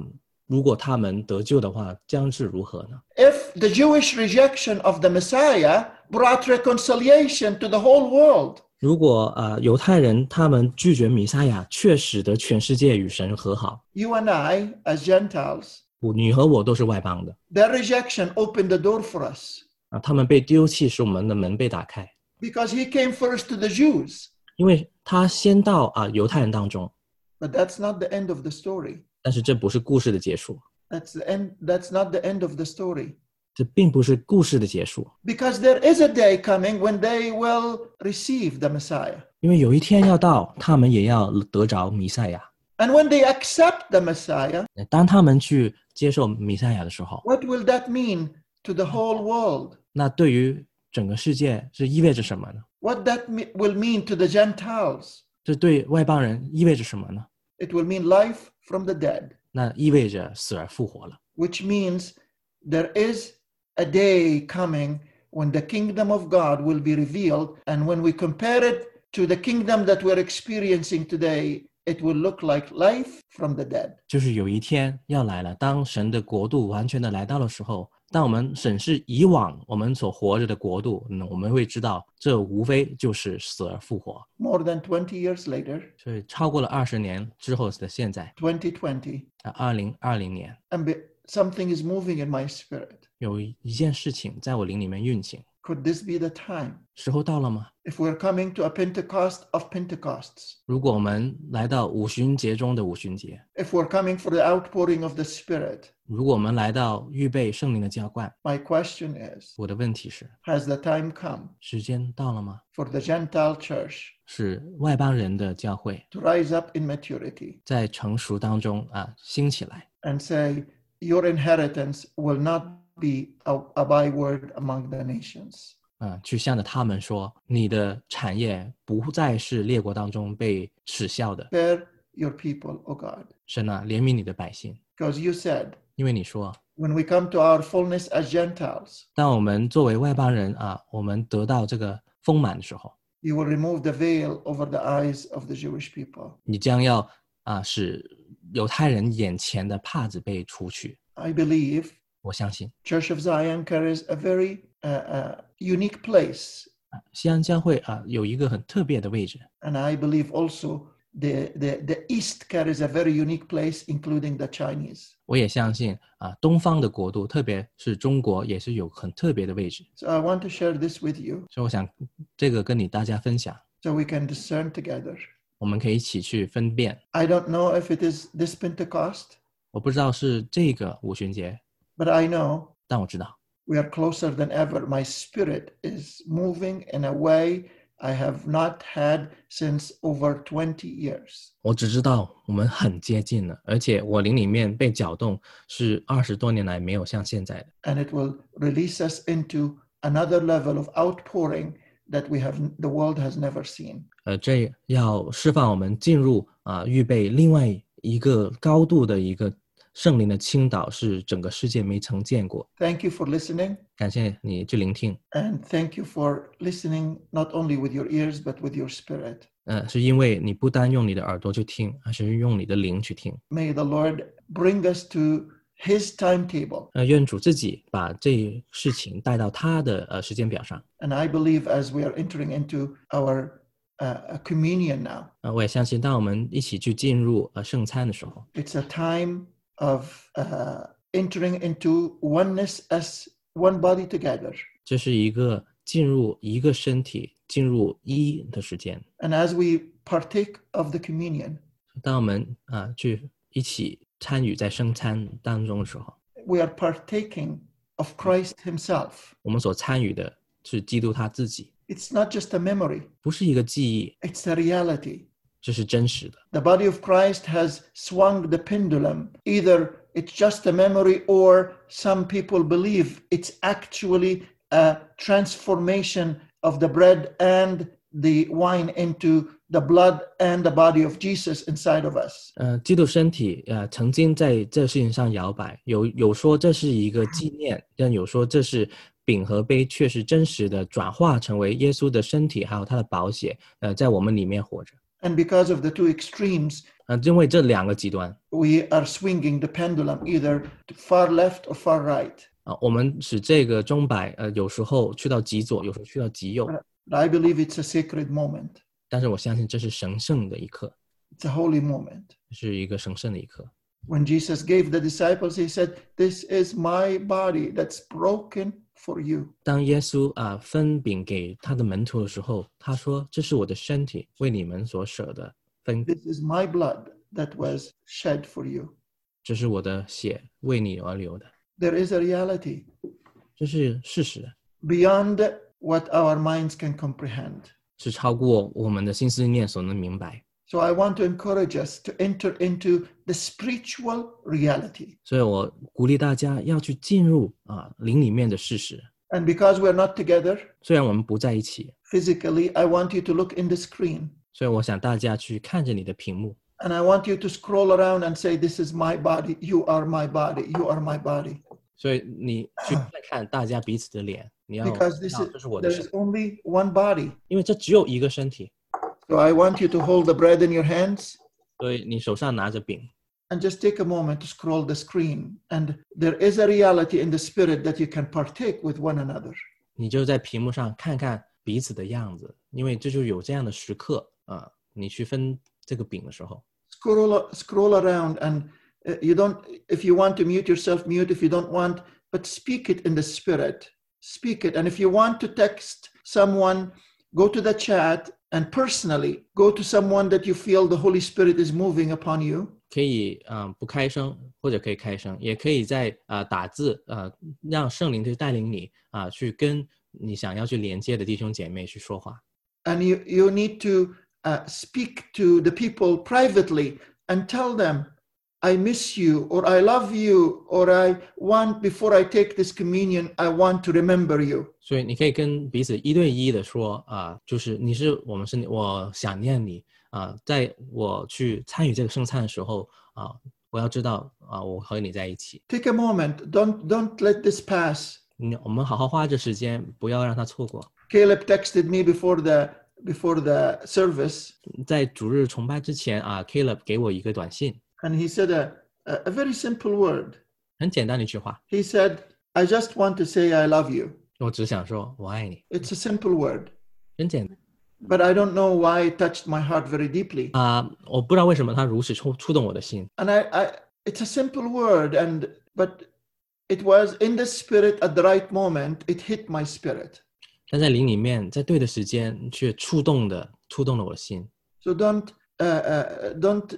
Speaker 2: 如果他们得救的话，将是如何呢？
Speaker 3: If the Jewish rejection of the Messiah brought reconciliation to the whole world,
Speaker 2: 如果啊、呃犹太人他们拒绝弥赛亚，却使得全世界与神和好，
Speaker 3: you and I, as Gentiles,
Speaker 2: 我你和我都是外邦的
Speaker 3: their rejection opened the door for us
Speaker 2: 啊，他们被丢弃，使我们的门被打开，
Speaker 3: because he came first to the Jews.
Speaker 2: 因为他先到啊、犹太人当中，
Speaker 3: But that's not the end of the story.
Speaker 2: 但是这不是故事的结束，
Speaker 3: That's the end. That's not the end of the story.
Speaker 2: 这并不是故事的结束，
Speaker 3: Because there is a day coming when they will receive the Messiah.
Speaker 2: 因为有一天要到，他们也要得着弥赛亚。
Speaker 3: And when they accept the Messiah,
Speaker 2: 当他们去接受弥赛亚的时候，
Speaker 3: what will that mean to the whole world?
Speaker 2: 那对于整个世界是意味着什么呢？
Speaker 3: What that me- will mean to the Gentiles?
Speaker 2: 这对外邦人意味着什么呢？
Speaker 3: It will mean life from the dead,
Speaker 2: 那意味着死而复活了。
Speaker 3: which means there is a day coming when the kingdom of God will be revealed. And when we compare it to the kingdom that we're experiencing today, it will look like life from the dead.
Speaker 2: 就是有一天要来了，当神的国度完全的来到的时候，当我们审视以往我们所活着的国度，嗯，我们会知道这无非就是死而复活。
Speaker 3: More than 20 years later,
Speaker 2: 所以超过了二十年之后的现在，
Speaker 3: 2020,
Speaker 2: 啊，二零二零年，
Speaker 3: and be- something is moving in my spirit.
Speaker 2: 有一件事情在我灵里面运行，
Speaker 3: Could this be the time?
Speaker 2: 时候到了吗？
Speaker 3: If we're coming to a Pentecost of Pentecosts,
Speaker 2: 如果我们来到五旬节中的五旬节，
Speaker 3: if we're coming for the outpouring of the Spirit,
Speaker 2: 如果我们来到预备圣灵的浇灌，
Speaker 3: my question is
Speaker 2: 我的问题是：
Speaker 3: Has the time come
Speaker 2: 时间到了吗？
Speaker 3: for the Gentile church
Speaker 2: 是外邦人的教会
Speaker 3: to rise up in maturity
Speaker 2: 在成熟当中啊兴起来，
Speaker 3: and say, Your inheritance will not be a, a byword among the nations?
Speaker 2: 啊，去向着他们说，你的产业不再是列国当中被耻笑的。
Speaker 3: Spare your people, O God.
Speaker 2: 神啊，怜悯你的百姓，
Speaker 3: Because you said,
Speaker 2: 因为你说，
Speaker 3: when we come to our fullness as Gentiles,
Speaker 2: 当我们作为外邦人啊，我们得到这个丰满的时候，
Speaker 3: you will remove the veil over the eyes of the Jewish people.
Speaker 2: 你将要啊使犹太人眼前的帕子被除去。
Speaker 3: I believe
Speaker 2: 我相信
Speaker 3: Church of Zion carries a very uh, uh, unique place,
Speaker 2: 啊西安教会啊有一个很特别的位置，
Speaker 3: and I believe also the, the, the East carries a very unique place, including the Chinese.
Speaker 2: 我也相信啊，东方的国度，特别是中国，也是有很特别的位置。
Speaker 3: So I want to share this with you
Speaker 2: 所以我想这个跟你大家分享，
Speaker 3: so we can discern together.
Speaker 2: 我们可以一起去分辨。
Speaker 3: I don't know if it is this Pentecost,
Speaker 2: 我不知道是这个五旬节，
Speaker 3: but I know
Speaker 2: 但我知道
Speaker 3: we are closer than ever. My spirit is moving in a way I have not had since over 20 years.
Speaker 2: 我只知道我们很接近了，而且我灵里面被搅动是二十多年来没有像现在的，
Speaker 3: and it will release us into another level of outpouring that we have the world has never seen
Speaker 2: 呃，这要释放我们进入啊、预备另外一个高度的一个圣灵的倾倒，是整个世界没曾见过。
Speaker 3: thank you for listening
Speaker 2: 感谢你去聆听，
Speaker 3: and thank you for listening not only with your ears but with your spirit
Speaker 2: 呃，是因为你不单用你的耳朵去听，而是用你的灵去听。
Speaker 3: may the lord bring us to his timetable
Speaker 2: 呃，愿主自己把这事情带到他的呃时间表上。
Speaker 3: and i believe as we are entering into our uh, communion now
Speaker 2: 呃，我也相信，当我们一起去进入呃圣餐的时候，
Speaker 3: it's a time of uh, entering into oneness as one body together
Speaker 2: 这是一个进入一个身体、进入一的时间。
Speaker 3: and as we partake of the communion
Speaker 2: 当我们啊、去一起参与在圣餐当中的时候，
Speaker 3: we are partaking of Christ Himself.
Speaker 2: 我们所参与的是基督他自己，
Speaker 3: It's not just a memory,
Speaker 2: 不是一个记忆，
Speaker 3: it's a reality.
Speaker 2: 这是真实的。
Speaker 3: The body of Christ has swung the pendulum. Either it's just a memory, or some people believe it's actually a transformation of the bread and the wine into the blood and the body of Jesus inside of us.
Speaker 2: 呃，基督身体呃曾经在这事情上摇摆，有有说这是一个纪念，但有说这是饼和杯确实真实的转化成为耶稣的身体，还有他的宝血，呃，在我们里面活着。
Speaker 3: And because of the two extremes,
Speaker 2: 呃，因为这两个极端
Speaker 3: we are swinging the pendulum either to far left or far right.
Speaker 2: 啊、我们使这个钟摆呃有时候去到极左，有时候去到极右，
Speaker 3: But I believe it's a sacred moment.
Speaker 2: 但是我相信这是神圣的一刻，
Speaker 3: It's a holy moment.
Speaker 2: 是一个神圣的一刻。
Speaker 3: When Jesus gave the disciples, he said, This is my body that's broken for you.
Speaker 2: 当耶稣啊、分饼给他的门徒的时候，他说：“这是我的身体，为你们所舍的分
Speaker 3: This is my blood that was shed for you.
Speaker 2: 这是我的血为你而流的，
Speaker 3: There is a reality
Speaker 2: 这是事实，
Speaker 3: beyond what our minds can comprehend.
Speaker 2: 是超过我们的心思念所能明白。
Speaker 3: So I want to encourage us to enter into the spiritual reality.
Speaker 2: 所以我鼓励大家要去进入啊灵里面的事实。
Speaker 3: And because we're not together
Speaker 2: 虽然我们不在一起，
Speaker 3: physically, I want you to look in the screen
Speaker 2: 所以我想大家去看着你的屏幕，
Speaker 3: and I want you to scroll around and say, This is my body. You are my body. You are my body.
Speaker 2: 所以你去看看大家彼此的脸。你要
Speaker 3: because
Speaker 2: 知
Speaker 3: this
Speaker 2: 道
Speaker 3: is
Speaker 2: 这是我的
Speaker 3: there
Speaker 2: 身
Speaker 3: is，only one body
Speaker 2: 因为这只有一个身体，
Speaker 3: so i want you to hold the bread in your hands
Speaker 2: 所以你手上拿着饼，
Speaker 3: and just take a moment to scroll the screen and there is a reality in the spirit that you can partake with one another
Speaker 2: 你就在屏幕上看看彼此的样子，因为这就有这样的时刻啊，你去分这个饼的时候。
Speaker 3: scroll scroll around and uh, you don't if you want to mute yourself mute if you don't want but speak it in the spirit speak it and if you want to text someone go to the chat and personally go to someone that you feel the holy spirit is moving upon you
Speaker 2: 可以啊、呃不开声，或者可以开声，也可以在啊、呃打字呃让圣灵去带领你啊、去跟你想要去连接的弟兄姐妹去说话。
Speaker 3: and you, you need to uh, speak to the people privately and tell them i miss you or i love you or i want before i take this communion i want to remember you
Speaker 2: 所以你可以跟彼此一对一的说啊、就是你是我们是你我想念你啊、在我去参与这个圣餐的时候啊、我要知道啊、我和你在一起。
Speaker 3: take a moment don't don't let this pass
Speaker 2: 你我们好好花这时间，不要让它错过。
Speaker 3: caleb texted me before the before the service
Speaker 2: 在主日崇拜之前啊，Caleb 给我一个短信，
Speaker 3: and he said a, a a very simple word
Speaker 2: 很简单的一句话，
Speaker 3: he said i just want to say i love you
Speaker 2: 我只想说我爱你，
Speaker 3: it's a simple word
Speaker 2: 很简单。
Speaker 3: but I don't know why it touched my heart very deeply.
Speaker 2: 啊、我不知道为什么它如此触触动我的心
Speaker 3: And I, I it's a simple word, and but it was in the spirit at the right moment. It hit my spirit.
Speaker 2: 但在灵里面，在对的时间却触动的触动了我的心。
Speaker 3: So don't uh, uh, don't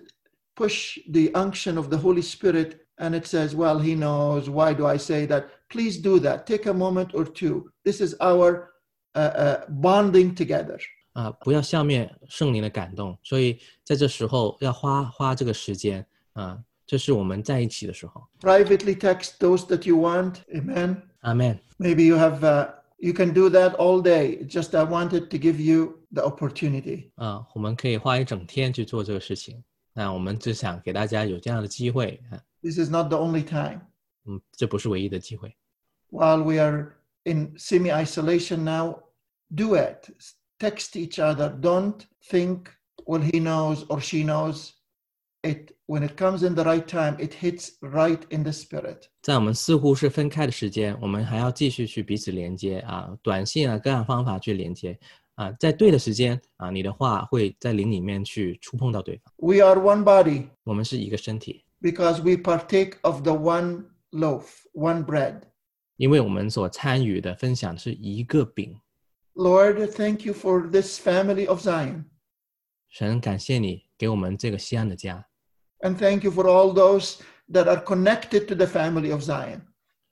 Speaker 3: push the unction of the Holy Spirit. And it says, "Well, he knows. Why do I say that?" Please do that. Take a moment or two. This is our uh, uh, bonding together.
Speaker 2: 啊、不要消灭圣灵的感动，所以在这时候要花花这个时间啊、这是我们在一起的时候。
Speaker 3: Privately text those that you want. Amen.
Speaker 2: 阿门。
Speaker 3: Maybe you have uh, you can do that all day. Just I wanted to give you the opportunity.
Speaker 2: 啊、我们可以花一整天去做这个事情。那我们只想给大家有这样的机会，啊
Speaker 3: This is not the only time.
Speaker 2: 嗯，这不是唯一的机会。
Speaker 3: While we are in semi isolation now, do it. Text each other. Don't think, well, he knows or she knows. It when it comes in the right time, it hits right in the spirit.
Speaker 2: 在我们似乎是分开的时间，我们还要继续去彼此连接啊，短信啊，各样方法去连接啊，在对的时间啊，你的话会在灵里面去触碰到对方。
Speaker 3: We are one body
Speaker 2: 我们是一个身体，
Speaker 3: because we partake of the one loaf, one bread.
Speaker 2: 因为我们所参与的分享是一个饼。
Speaker 3: Lord, thank you for this family of Zion.
Speaker 2: 神，感谢你给我们这个西安的家，
Speaker 3: And thank you for all those that are connected to the family of Zion.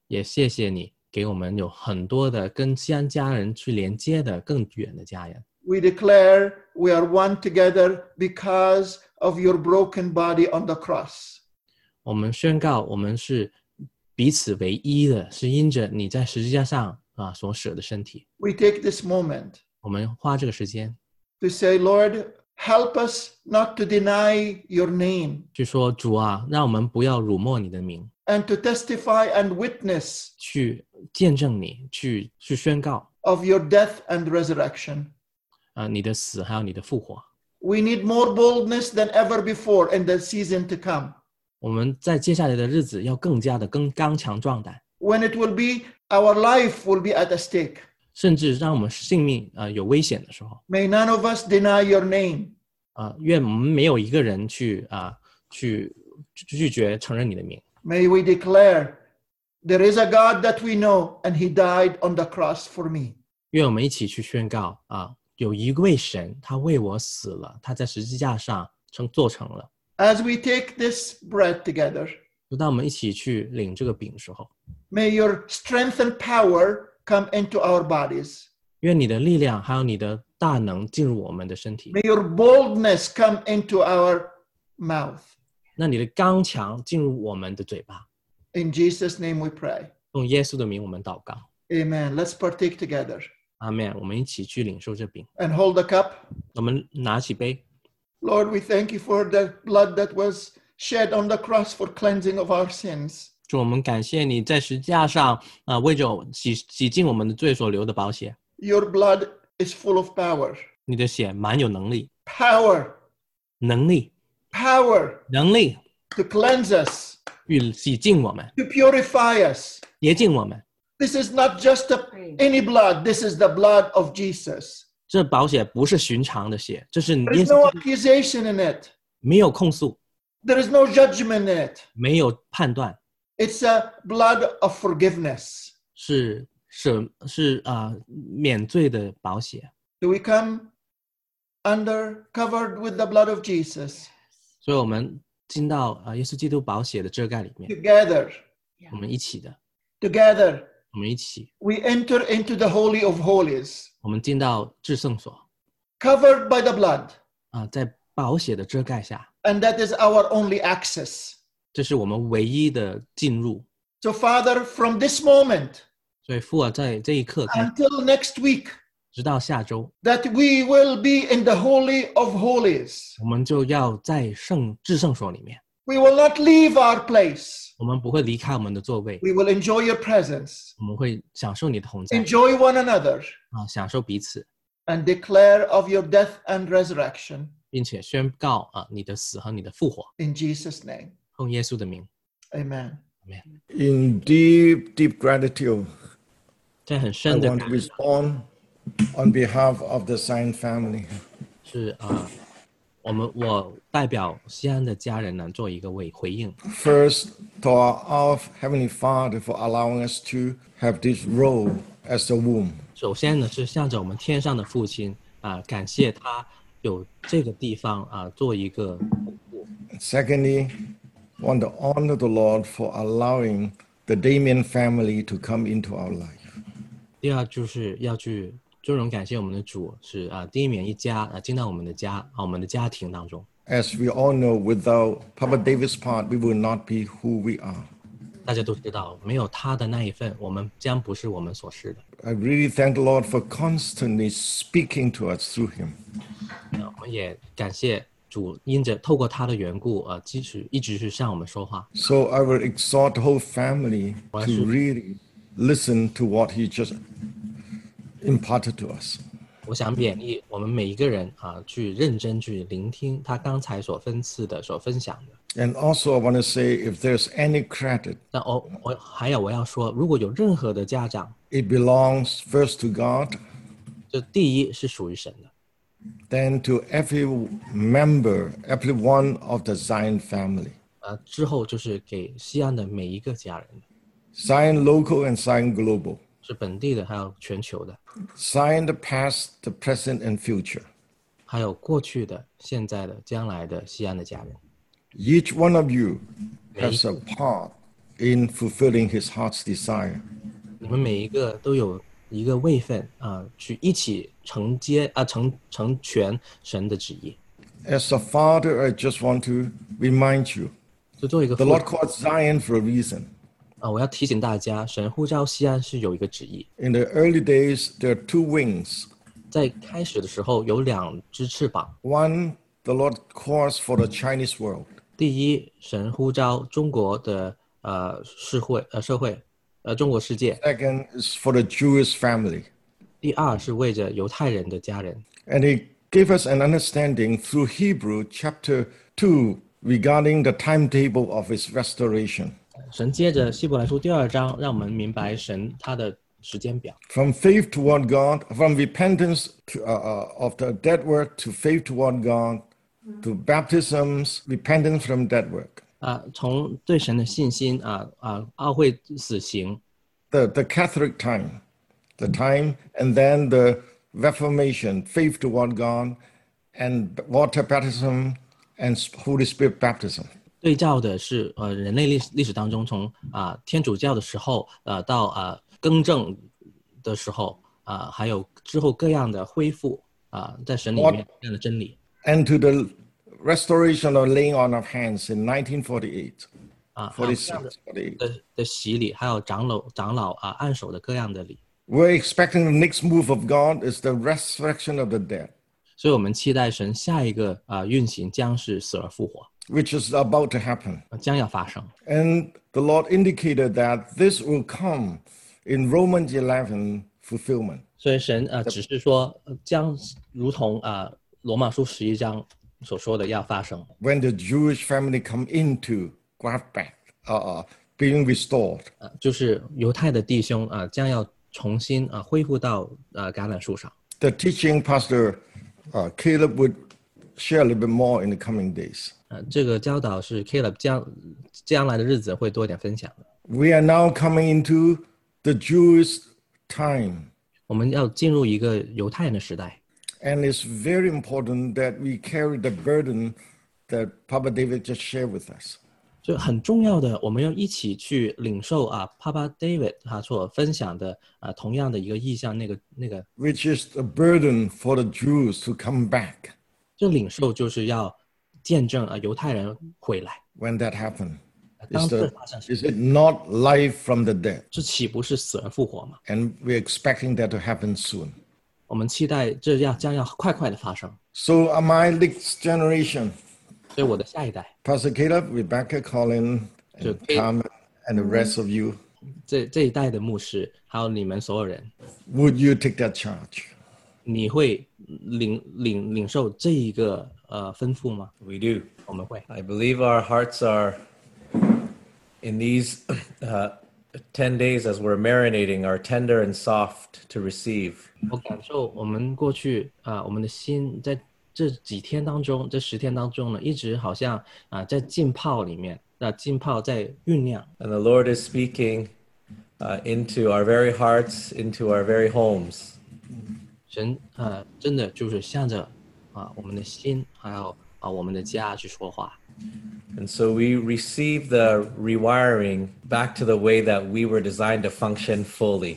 Speaker 2: 也谢谢你给我们有很多的跟西安家人去连接的更远的家人。
Speaker 3: We declare we are one together because of your broken body on the cross.
Speaker 2: 我们宣告，我们是彼此唯一的，是因着你在十字架上啊所舍的身体。
Speaker 3: We take this moment
Speaker 2: 我们花这个时间
Speaker 3: to say, Lord, help us not to deny your name
Speaker 2: 去说主啊，让我们不要辱没你的名，
Speaker 3: and to testify and witness
Speaker 2: 去见证你，去去宣告
Speaker 3: of your death and resurrection.
Speaker 2: 啊、你的死还有你的复活。
Speaker 3: We need more boldness than ever before in the season to come.
Speaker 2: 我们在接下来的日子要更加的更刚强壮胆，
Speaker 3: When it will be, our life will be at a stake.
Speaker 2: 甚至让我们性命啊、呃有危险的时候
Speaker 3: May none of us deny your name.
Speaker 2: 啊、愿我们没有一个人去啊、去拒拒绝承认你的名。
Speaker 3: May we declare there is a God that we know, and He died on the cross for me.
Speaker 2: 愿我们一起去宣告啊、有一位神，他为我死了，他在十字架上成做成了。
Speaker 3: As we take this bread together,
Speaker 2: 就当我们一起去领这个饼的时候，
Speaker 3: may your strength and power come into our bodies.
Speaker 2: 愿你的力量还有你的大能进入我们的身体，
Speaker 3: May your boldness come into our mouth.
Speaker 2: 那你的刚强进入我们的嘴巴。
Speaker 3: In Jesus' name we pray.
Speaker 2: 用耶稣的名，我们祷告，
Speaker 3: Amen. Let's partake together
Speaker 2: 阿门。我们一起去领受这饼，
Speaker 3: and hold the cup.
Speaker 2: 我们拿起杯，
Speaker 3: Lord, we thank you for the blood that was shed on the cross for cleansing of our sins.
Speaker 2: 主，我们感谢你在十字架上啊、为着洗洗净我们的罪所流的宝血，
Speaker 3: Your blood is full of power.
Speaker 2: 你的血满有能力，
Speaker 3: Power.
Speaker 2: 能力，
Speaker 3: Power.
Speaker 2: 能力
Speaker 3: to cleanse us,
Speaker 2: 与洗净我们，
Speaker 3: to purify us.
Speaker 2: 洁净我们。
Speaker 3: This is not just a, any blood, this is the blood of Jesus.
Speaker 2: 这宝血不是寻常的血，这是
Speaker 3: There
Speaker 2: 耶
Speaker 3: is no
Speaker 2: 稣基督
Speaker 3: accusation in it,
Speaker 2: 没有控诉，
Speaker 3: there is no judgment in it.
Speaker 2: 没有判断，
Speaker 3: It's a blood of forgiveness.
Speaker 2: 是是是啊、免罪的保险，
Speaker 3: Do we come under, covered with the blood of Jesus
Speaker 2: 所以我们进到啊、呃耶稣基督保险的遮盖里面，
Speaker 3: together?
Speaker 2: 我们一起的，
Speaker 3: Together,
Speaker 2: 我们一起，
Speaker 3: we enter into the Holy of Holies,
Speaker 2: 我们进到至圣所
Speaker 3: covered by the blood.
Speaker 2: 啊、在保险的遮盖下，
Speaker 3: And that is our only access.
Speaker 2: 这是我们唯一的进入。
Speaker 3: So, Father, from this moment
Speaker 2: 所以父啊，在这一刻开始，
Speaker 3: until next week,
Speaker 2: 直到下周，
Speaker 3: that we will be in the Holy of Holies.
Speaker 2: 我们就要在圣至圣所里面，
Speaker 3: We will not leave our place.
Speaker 2: 我们不会离开我们的座位，
Speaker 3: We will enjoy your presence,
Speaker 2: 我们会享受你的同在
Speaker 3: enjoy one another,
Speaker 2: 啊、享受彼此，
Speaker 3: and declare of your death and resurrection.
Speaker 2: 并且宣告啊、你的死和你的复活，
Speaker 3: In Jesus' name,
Speaker 2: 奉耶稣的名。
Speaker 3: amen.
Speaker 5: In deep, deep gratitude,
Speaker 2: 在很
Speaker 5: I
Speaker 2: 深的
Speaker 5: want
Speaker 2: 感
Speaker 5: to respond on behalf of the Sain family.
Speaker 2: 是啊、呃我们我代表西安的家人呢做一个回回应。
Speaker 5: First, to our our Heavenly Father for allowing us to have this role as a womb.
Speaker 2: 首先呢是向着我们天上的父亲啊、感谢他有这个地方啊、做一个
Speaker 5: Secondly, want to honor the Lord for allowing the Damien family to come into our life.
Speaker 2: 第二就是要去尊荣感谢我们的主，是啊、第一免一家啊、进到我们的家啊、我们的家庭当中。
Speaker 5: As we all know, without Papa David's part, we will not be who we are.
Speaker 2: 大家都知道，没有他的那一份，我们将不是我们所是的。
Speaker 5: I really thank the Lord for constantly speaking to us through Him.
Speaker 2: 那我们也感谢主，因着透过他的缘故，呃，即使一直是向我们说话。
Speaker 5: So I will exhort the whole family to really listen to what He just imparted to us.
Speaker 2: 我想勉励我们每一个人啊、去认真去聆听他刚才所分赐的、所分享的。
Speaker 5: And also, I want to say if there's any credit,
Speaker 2: 但我我还有我要说，如果有任何的家长，
Speaker 5: it belongs first to God,
Speaker 2: 这第一是属于神的，
Speaker 5: then to every member, every one of the Zion family,
Speaker 2: 呃，之后就是给西安的每一个家人的，
Speaker 5: Zion local and Zion global,
Speaker 2: 是本地的，还有全球的，
Speaker 5: Zion the past, the present, and future.
Speaker 2: 还有过去的、现在的、将来的西安的家人。
Speaker 5: Each one of you has a part in fulfilling his heart's desire.
Speaker 2: 你们每一个都有一个位份啊、去一起承接啊、承承全神的旨意。
Speaker 5: As a father, I just want to remind you
Speaker 2: 就做一个
Speaker 5: the
Speaker 2: 父
Speaker 5: Lord called Zion for a reason.
Speaker 2: 啊、我要提醒大家，神呼召西安是有一个旨意，
Speaker 5: In the early days, there are two wings.
Speaker 2: 在开始的时候有两只翅膀，
Speaker 5: One, the Lord calls for the Chinese world.
Speaker 2: 第一，神呼召中国的呃社会呃社会呃中国世界；
Speaker 5: Second is for the Jewish family.
Speaker 2: 第二是为着犹太人的家人。
Speaker 5: And He gave us an understanding through Hebrew chapter 2 regarding the timetable of His restoration.
Speaker 2: 神接着希伯来书第二章，让我们明白神他的时间表，
Speaker 5: From faith toward God, from repentance to, uh, uh, of the dead work to faith toward God, to baptisms, repentance from dead work.
Speaker 2: 啊，从对神的信心啊啊，懊悔死刑，
Speaker 5: the, the Catholic time, the time, and then the Reformation, faith toward God, and water baptism and Holy Spirit baptism.
Speaker 2: 对照的是呃人类历史历史当中从啊、天主教的时候呃到啊、更正的时候啊、还有之后各样的恢复啊、在神里面这样的真理
Speaker 5: And to the restoration of laying on of hands in 1948,
Speaker 2: 啊、还有各样
Speaker 5: 46,
Speaker 2: 的
Speaker 5: 48.
Speaker 2: 的的洗礼，还有长老长老啊、按手的各样的礼，
Speaker 5: We're expecting the next move of God is the resurrection of the dead,
Speaker 2: 所以我们期待神下一个啊、运行将是死而复活，
Speaker 5: which is about to happen.
Speaker 2: 呃将要发生。
Speaker 5: And the Lord indicated that this will come in Romans 11 fulfillment.
Speaker 2: 所以神啊、只是说呃将如同啊、罗马书十一章所说的要发生。
Speaker 5: when the Jewish family come into Grafbat, uh, uh, being restored.
Speaker 2: 呃，就是犹太的弟兄啊、呃将要重新啊、呃恢复到呃橄榄树上。
Speaker 5: The teaching pastor uh, Caleb would share a little bit more in the coming days.
Speaker 2: 呃，这个教导是 Caleb 将将来的日子会多一点分享的。
Speaker 5: We are now coming into the Jewish time,
Speaker 2: 我们要进入一个犹太人的时代，
Speaker 5: and it's very important that we carry the burden that Papa David just shared with us.
Speaker 2: 所以很重要的，我们要一起去领受啊，爸爸 David 他所分享的啊、呃同样的一个意象，那个那个
Speaker 5: Which is the burden for the Jews to come back
Speaker 2: 这领受就是要见证啊、呃犹太人回来，
Speaker 5: when that happened.
Speaker 2: 当
Speaker 5: Is,
Speaker 2: 这
Speaker 5: the,
Speaker 2: 发生时，
Speaker 5: is it not life from the dead?
Speaker 2: 这岂不是死而复活吗？
Speaker 5: And we're expecting that to happen soon.
Speaker 2: 我们期待这要将要快快的发生，
Speaker 5: So uh, my next generation,
Speaker 2: 所以我的下一代。
Speaker 5: Pastor Caleb, Rebecca, Colin,
Speaker 2: So,
Speaker 5: and
Speaker 2: Caleb-
Speaker 5: Carmen, and the rest of you,
Speaker 2: 这这一代的牧师，还有你们所有人，
Speaker 5: would you take that charge?
Speaker 2: 你会领领领受这一个呃吩咐吗？
Speaker 1: We do.
Speaker 2: 我们会，
Speaker 1: 哎 I believe our hearts are in these uh, 10 days as we're marinating are tender and soft to receive.
Speaker 2: 我感受我们过去啊、我们的心在这几天当中，这十天当中呢，一直好像啊、在浸泡里面，那、浸泡在酝酿，
Speaker 1: And the Lord is speaking uh, into our very hearts, into our very homes.
Speaker 2: 神呃，真的就是向着啊、我们的心，还有啊、我们的家去说话。
Speaker 1: And so we receive the rewiring back to the way that we were designed to function fully.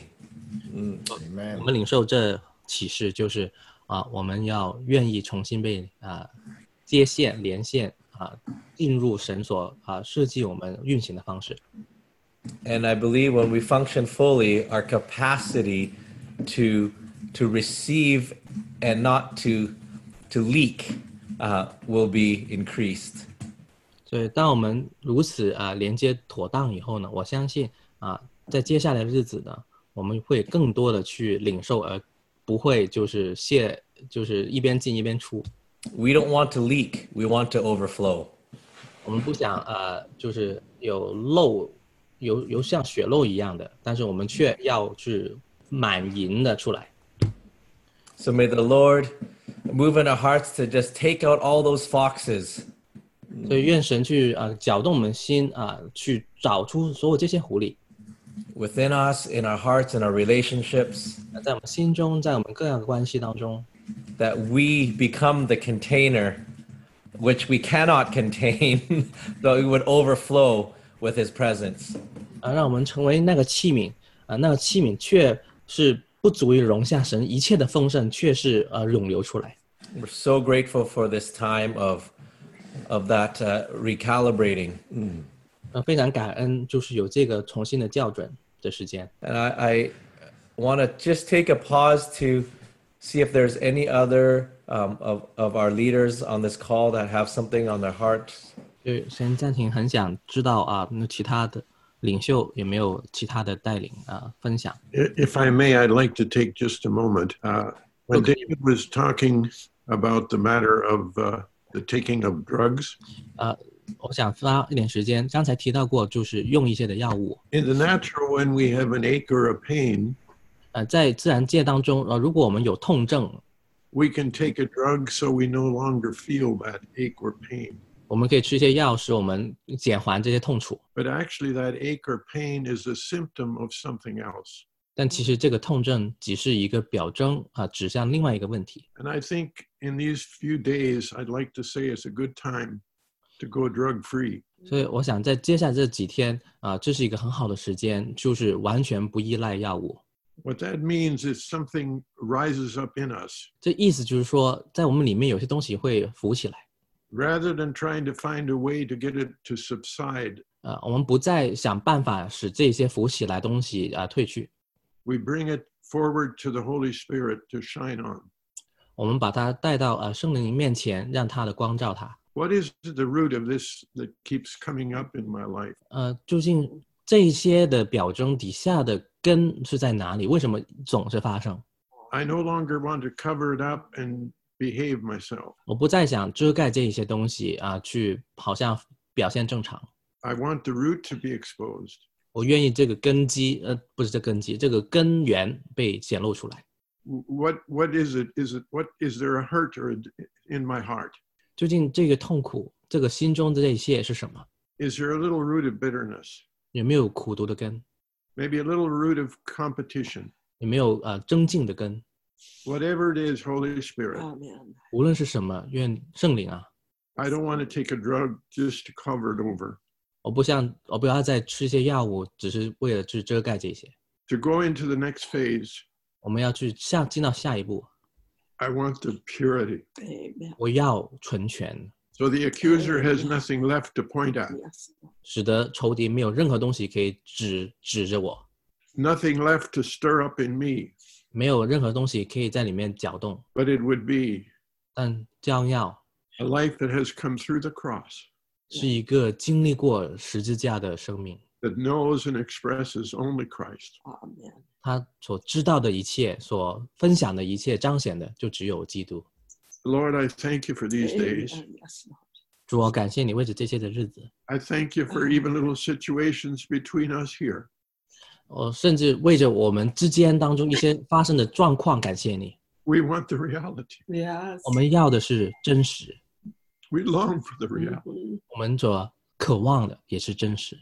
Speaker 5: ，Amen
Speaker 2: 我。们领受这启示，就是啊、我们要愿意重新被啊、接线连线啊、进入神所啊、设计我们运行的方式。
Speaker 1: And I believe when we function fully, our capacity to to receive and not to to leak uh, will be increased.
Speaker 2: 所以，当我们如此啊、连接妥当以后呢，我相信啊、在接下来的日子呢，我们会更多的去领受，而不会就是泄，就是一边进一边出。
Speaker 1: We don't want to leak. We want to overflow.
Speaker 2: 我们不想呃，就是有漏，有有像血漏一样的，但是我们却要去满盈的出来。
Speaker 1: So may the Lord move in our hearts to just take out all those foxes
Speaker 2: 所以愿神去啊、呃、搅动我们心啊、去找出所有这些狐狸，
Speaker 1: within us, in our hearts, in our relationships,
Speaker 2: 那在我们心中，在我们各样的关系当中，
Speaker 1: that we become the container which we cannot contain, though it would overflow with His presence.
Speaker 2: 啊、让我们成为那个器皿啊、那个器皿却是不足以容下神一切的丰盛，却是呃涌流出来。
Speaker 1: We're so grateful for this time of of that uh, recalibrating,
Speaker 2: 呃，非常感恩，就是有这个重新的校准的时间。
Speaker 1: and I, I want to just take a pause to see if there's any other um, of of our leaders on this call that have something on their hearts.
Speaker 2: 对，先暂停，很想知道啊，那其他的领袖有没有其他的带领啊分享？
Speaker 6: I- If I may, I'd like to take just a moment. Uh, when David was talking about the matter of uh, the taking of drugs,
Speaker 2: 我想花一点时间，刚才提到过，就是用一些的药物。
Speaker 6: in the natural, when we have an ache or a pain,
Speaker 2: 呃，在自然界当中，呃，如果我们有痛症，
Speaker 6: we can take a drug so we no longer feel that ache or pain.
Speaker 2: 我们可以吃一些药，使我们减缓这些痛楚。
Speaker 6: But actually, that ache or pain is a symptom of something else.
Speaker 2: 但其实这个痛症只是一个表征啊、指向另外一个问题。
Speaker 6: And I think in these few days, I'd like to say it's a good time to go drug free.
Speaker 2: 所以我想在接下来这几天啊、这是一个很好的时间，就是完全不依赖药物。
Speaker 6: What that means is something rises up in us.
Speaker 2: 这意思就是说，在我们里面有些东西会浮起来。
Speaker 6: rather than trying to find a way to get it to subside,
Speaker 2: 呃，我们不再想办法使这些浮起来的东西啊、呃退去，
Speaker 6: we bring it forward to the Holy Spirit to shine on.
Speaker 2: 我们把它带到呃圣灵面前，让它的光照它。
Speaker 6: What is the root of this that keeps coming up in my life?
Speaker 2: 呃，究竟这些的表征底下的根是在哪里？为什么总是发生？
Speaker 6: I no longer want to cover it up and behave myself.
Speaker 2: 我不再想遮盖这一些东西啊、去好像表现正常。
Speaker 6: I want the root to be exposed.
Speaker 2: 我愿意这个根基，呃，不是这根基，这个根源被显露出来。
Speaker 6: W- What what is it? Is it what is there a hurt or a d in my heart?
Speaker 2: 究竟这个痛苦，这个心中的这一切是什么？
Speaker 6: Is there a little root of bitterness?
Speaker 2: 有没有苦毒的根？
Speaker 6: Maybe a little root of competition.
Speaker 2: 有没有呃增进的根？
Speaker 6: Whatever it is, Holy Spirit,
Speaker 7: Amen.
Speaker 2: 无论是什么，愿圣灵啊，
Speaker 6: I don't want to take a drug just to cover it over.
Speaker 2: 我不像我不要再吃一些药物，只是为了去遮盖这些。
Speaker 6: to go into the next phase,
Speaker 2: 我们要去下进到下一步，
Speaker 6: I want the purity.
Speaker 7: Amen.
Speaker 2: 我要纯全，
Speaker 6: So the accuser has nothing left to point at,
Speaker 7: Yes.
Speaker 2: 使得仇敌没有任何东西可以指指着我，
Speaker 6: nothing left to stir up in me,
Speaker 2: 没有任何东西可以在里面搅动。
Speaker 6: but it would be
Speaker 2: 但将要
Speaker 6: a life that has come through the cross,
Speaker 2: 是一个经历过十字架的生命，
Speaker 6: that knows and expresses only Christ.
Speaker 7: Amen.
Speaker 2: 他所知道的一切，所分享的一切，彰显的就只有基督。
Speaker 6: Lord, I thank you for these days.
Speaker 7: Amen. Yes, Lord.
Speaker 2: 主，我感谢你为着这些的日子，
Speaker 6: I thank you for even little situations between us here.
Speaker 2: 呃，甚至为着我们之间当中一些发生的状况感谢你。
Speaker 6: We want the reality.
Speaker 7: Yes.
Speaker 2: 我们要的是真实，
Speaker 6: We long for the reality.
Speaker 7: Mhm.
Speaker 2: 我们所渴望的也是真实。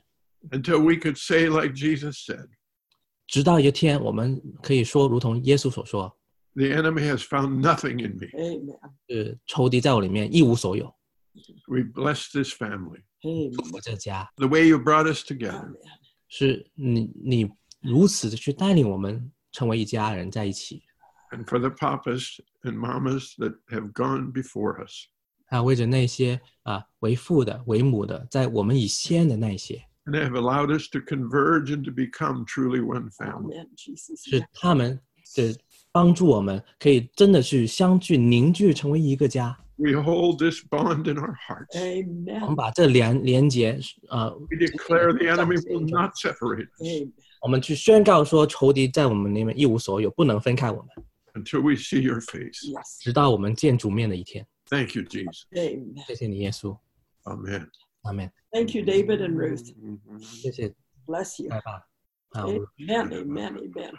Speaker 6: Until we could say, like Jesus said,
Speaker 2: 直到一天，我们可以说，如同耶稣所说，
Speaker 6: the enemy has found nothing in me.
Speaker 7: Amen.
Speaker 2: 是仇敌在我里面一无所有。
Speaker 6: We bless this family.
Speaker 7: Amen.
Speaker 2: 我这家
Speaker 6: The way you brought us together.
Speaker 7: Amen.
Speaker 2: 是你你如此的去带领我们成为一家人在一起。
Speaker 6: And for the papas and mamas that have gone before us.
Speaker 2: 还有为着那些啊为父的、为母的，在我们以先的那一些，
Speaker 6: And have allowed us to converge and to become truly one family.
Speaker 7: Amen. Jesus.
Speaker 2: 是他们的帮助我们可以真的去相聚、凝聚，成为一个家。
Speaker 6: We hold this bond in our hearts.
Speaker 2: 我们
Speaker 7: Amen.
Speaker 2: 把这连连结，呃，
Speaker 6: We declare the enemy will not separate us
Speaker 7: Amen.
Speaker 2: 我们去宣告说，仇敌在我们里面一无所有，不能分开我们，
Speaker 6: until we see your face.
Speaker 7: Yes.
Speaker 2: 直到我们见主面的一天。
Speaker 6: Thank you, Jesus.
Speaker 7: Amen.
Speaker 2: 谢谢你，耶稣，
Speaker 6: Amen.
Speaker 2: 阿门。
Speaker 7: Thank you, David and Ruth.
Speaker 2: 谢谢，
Speaker 7: Bless you.
Speaker 2: 拜爸，啊，我
Speaker 7: Amen. Amen. Amen.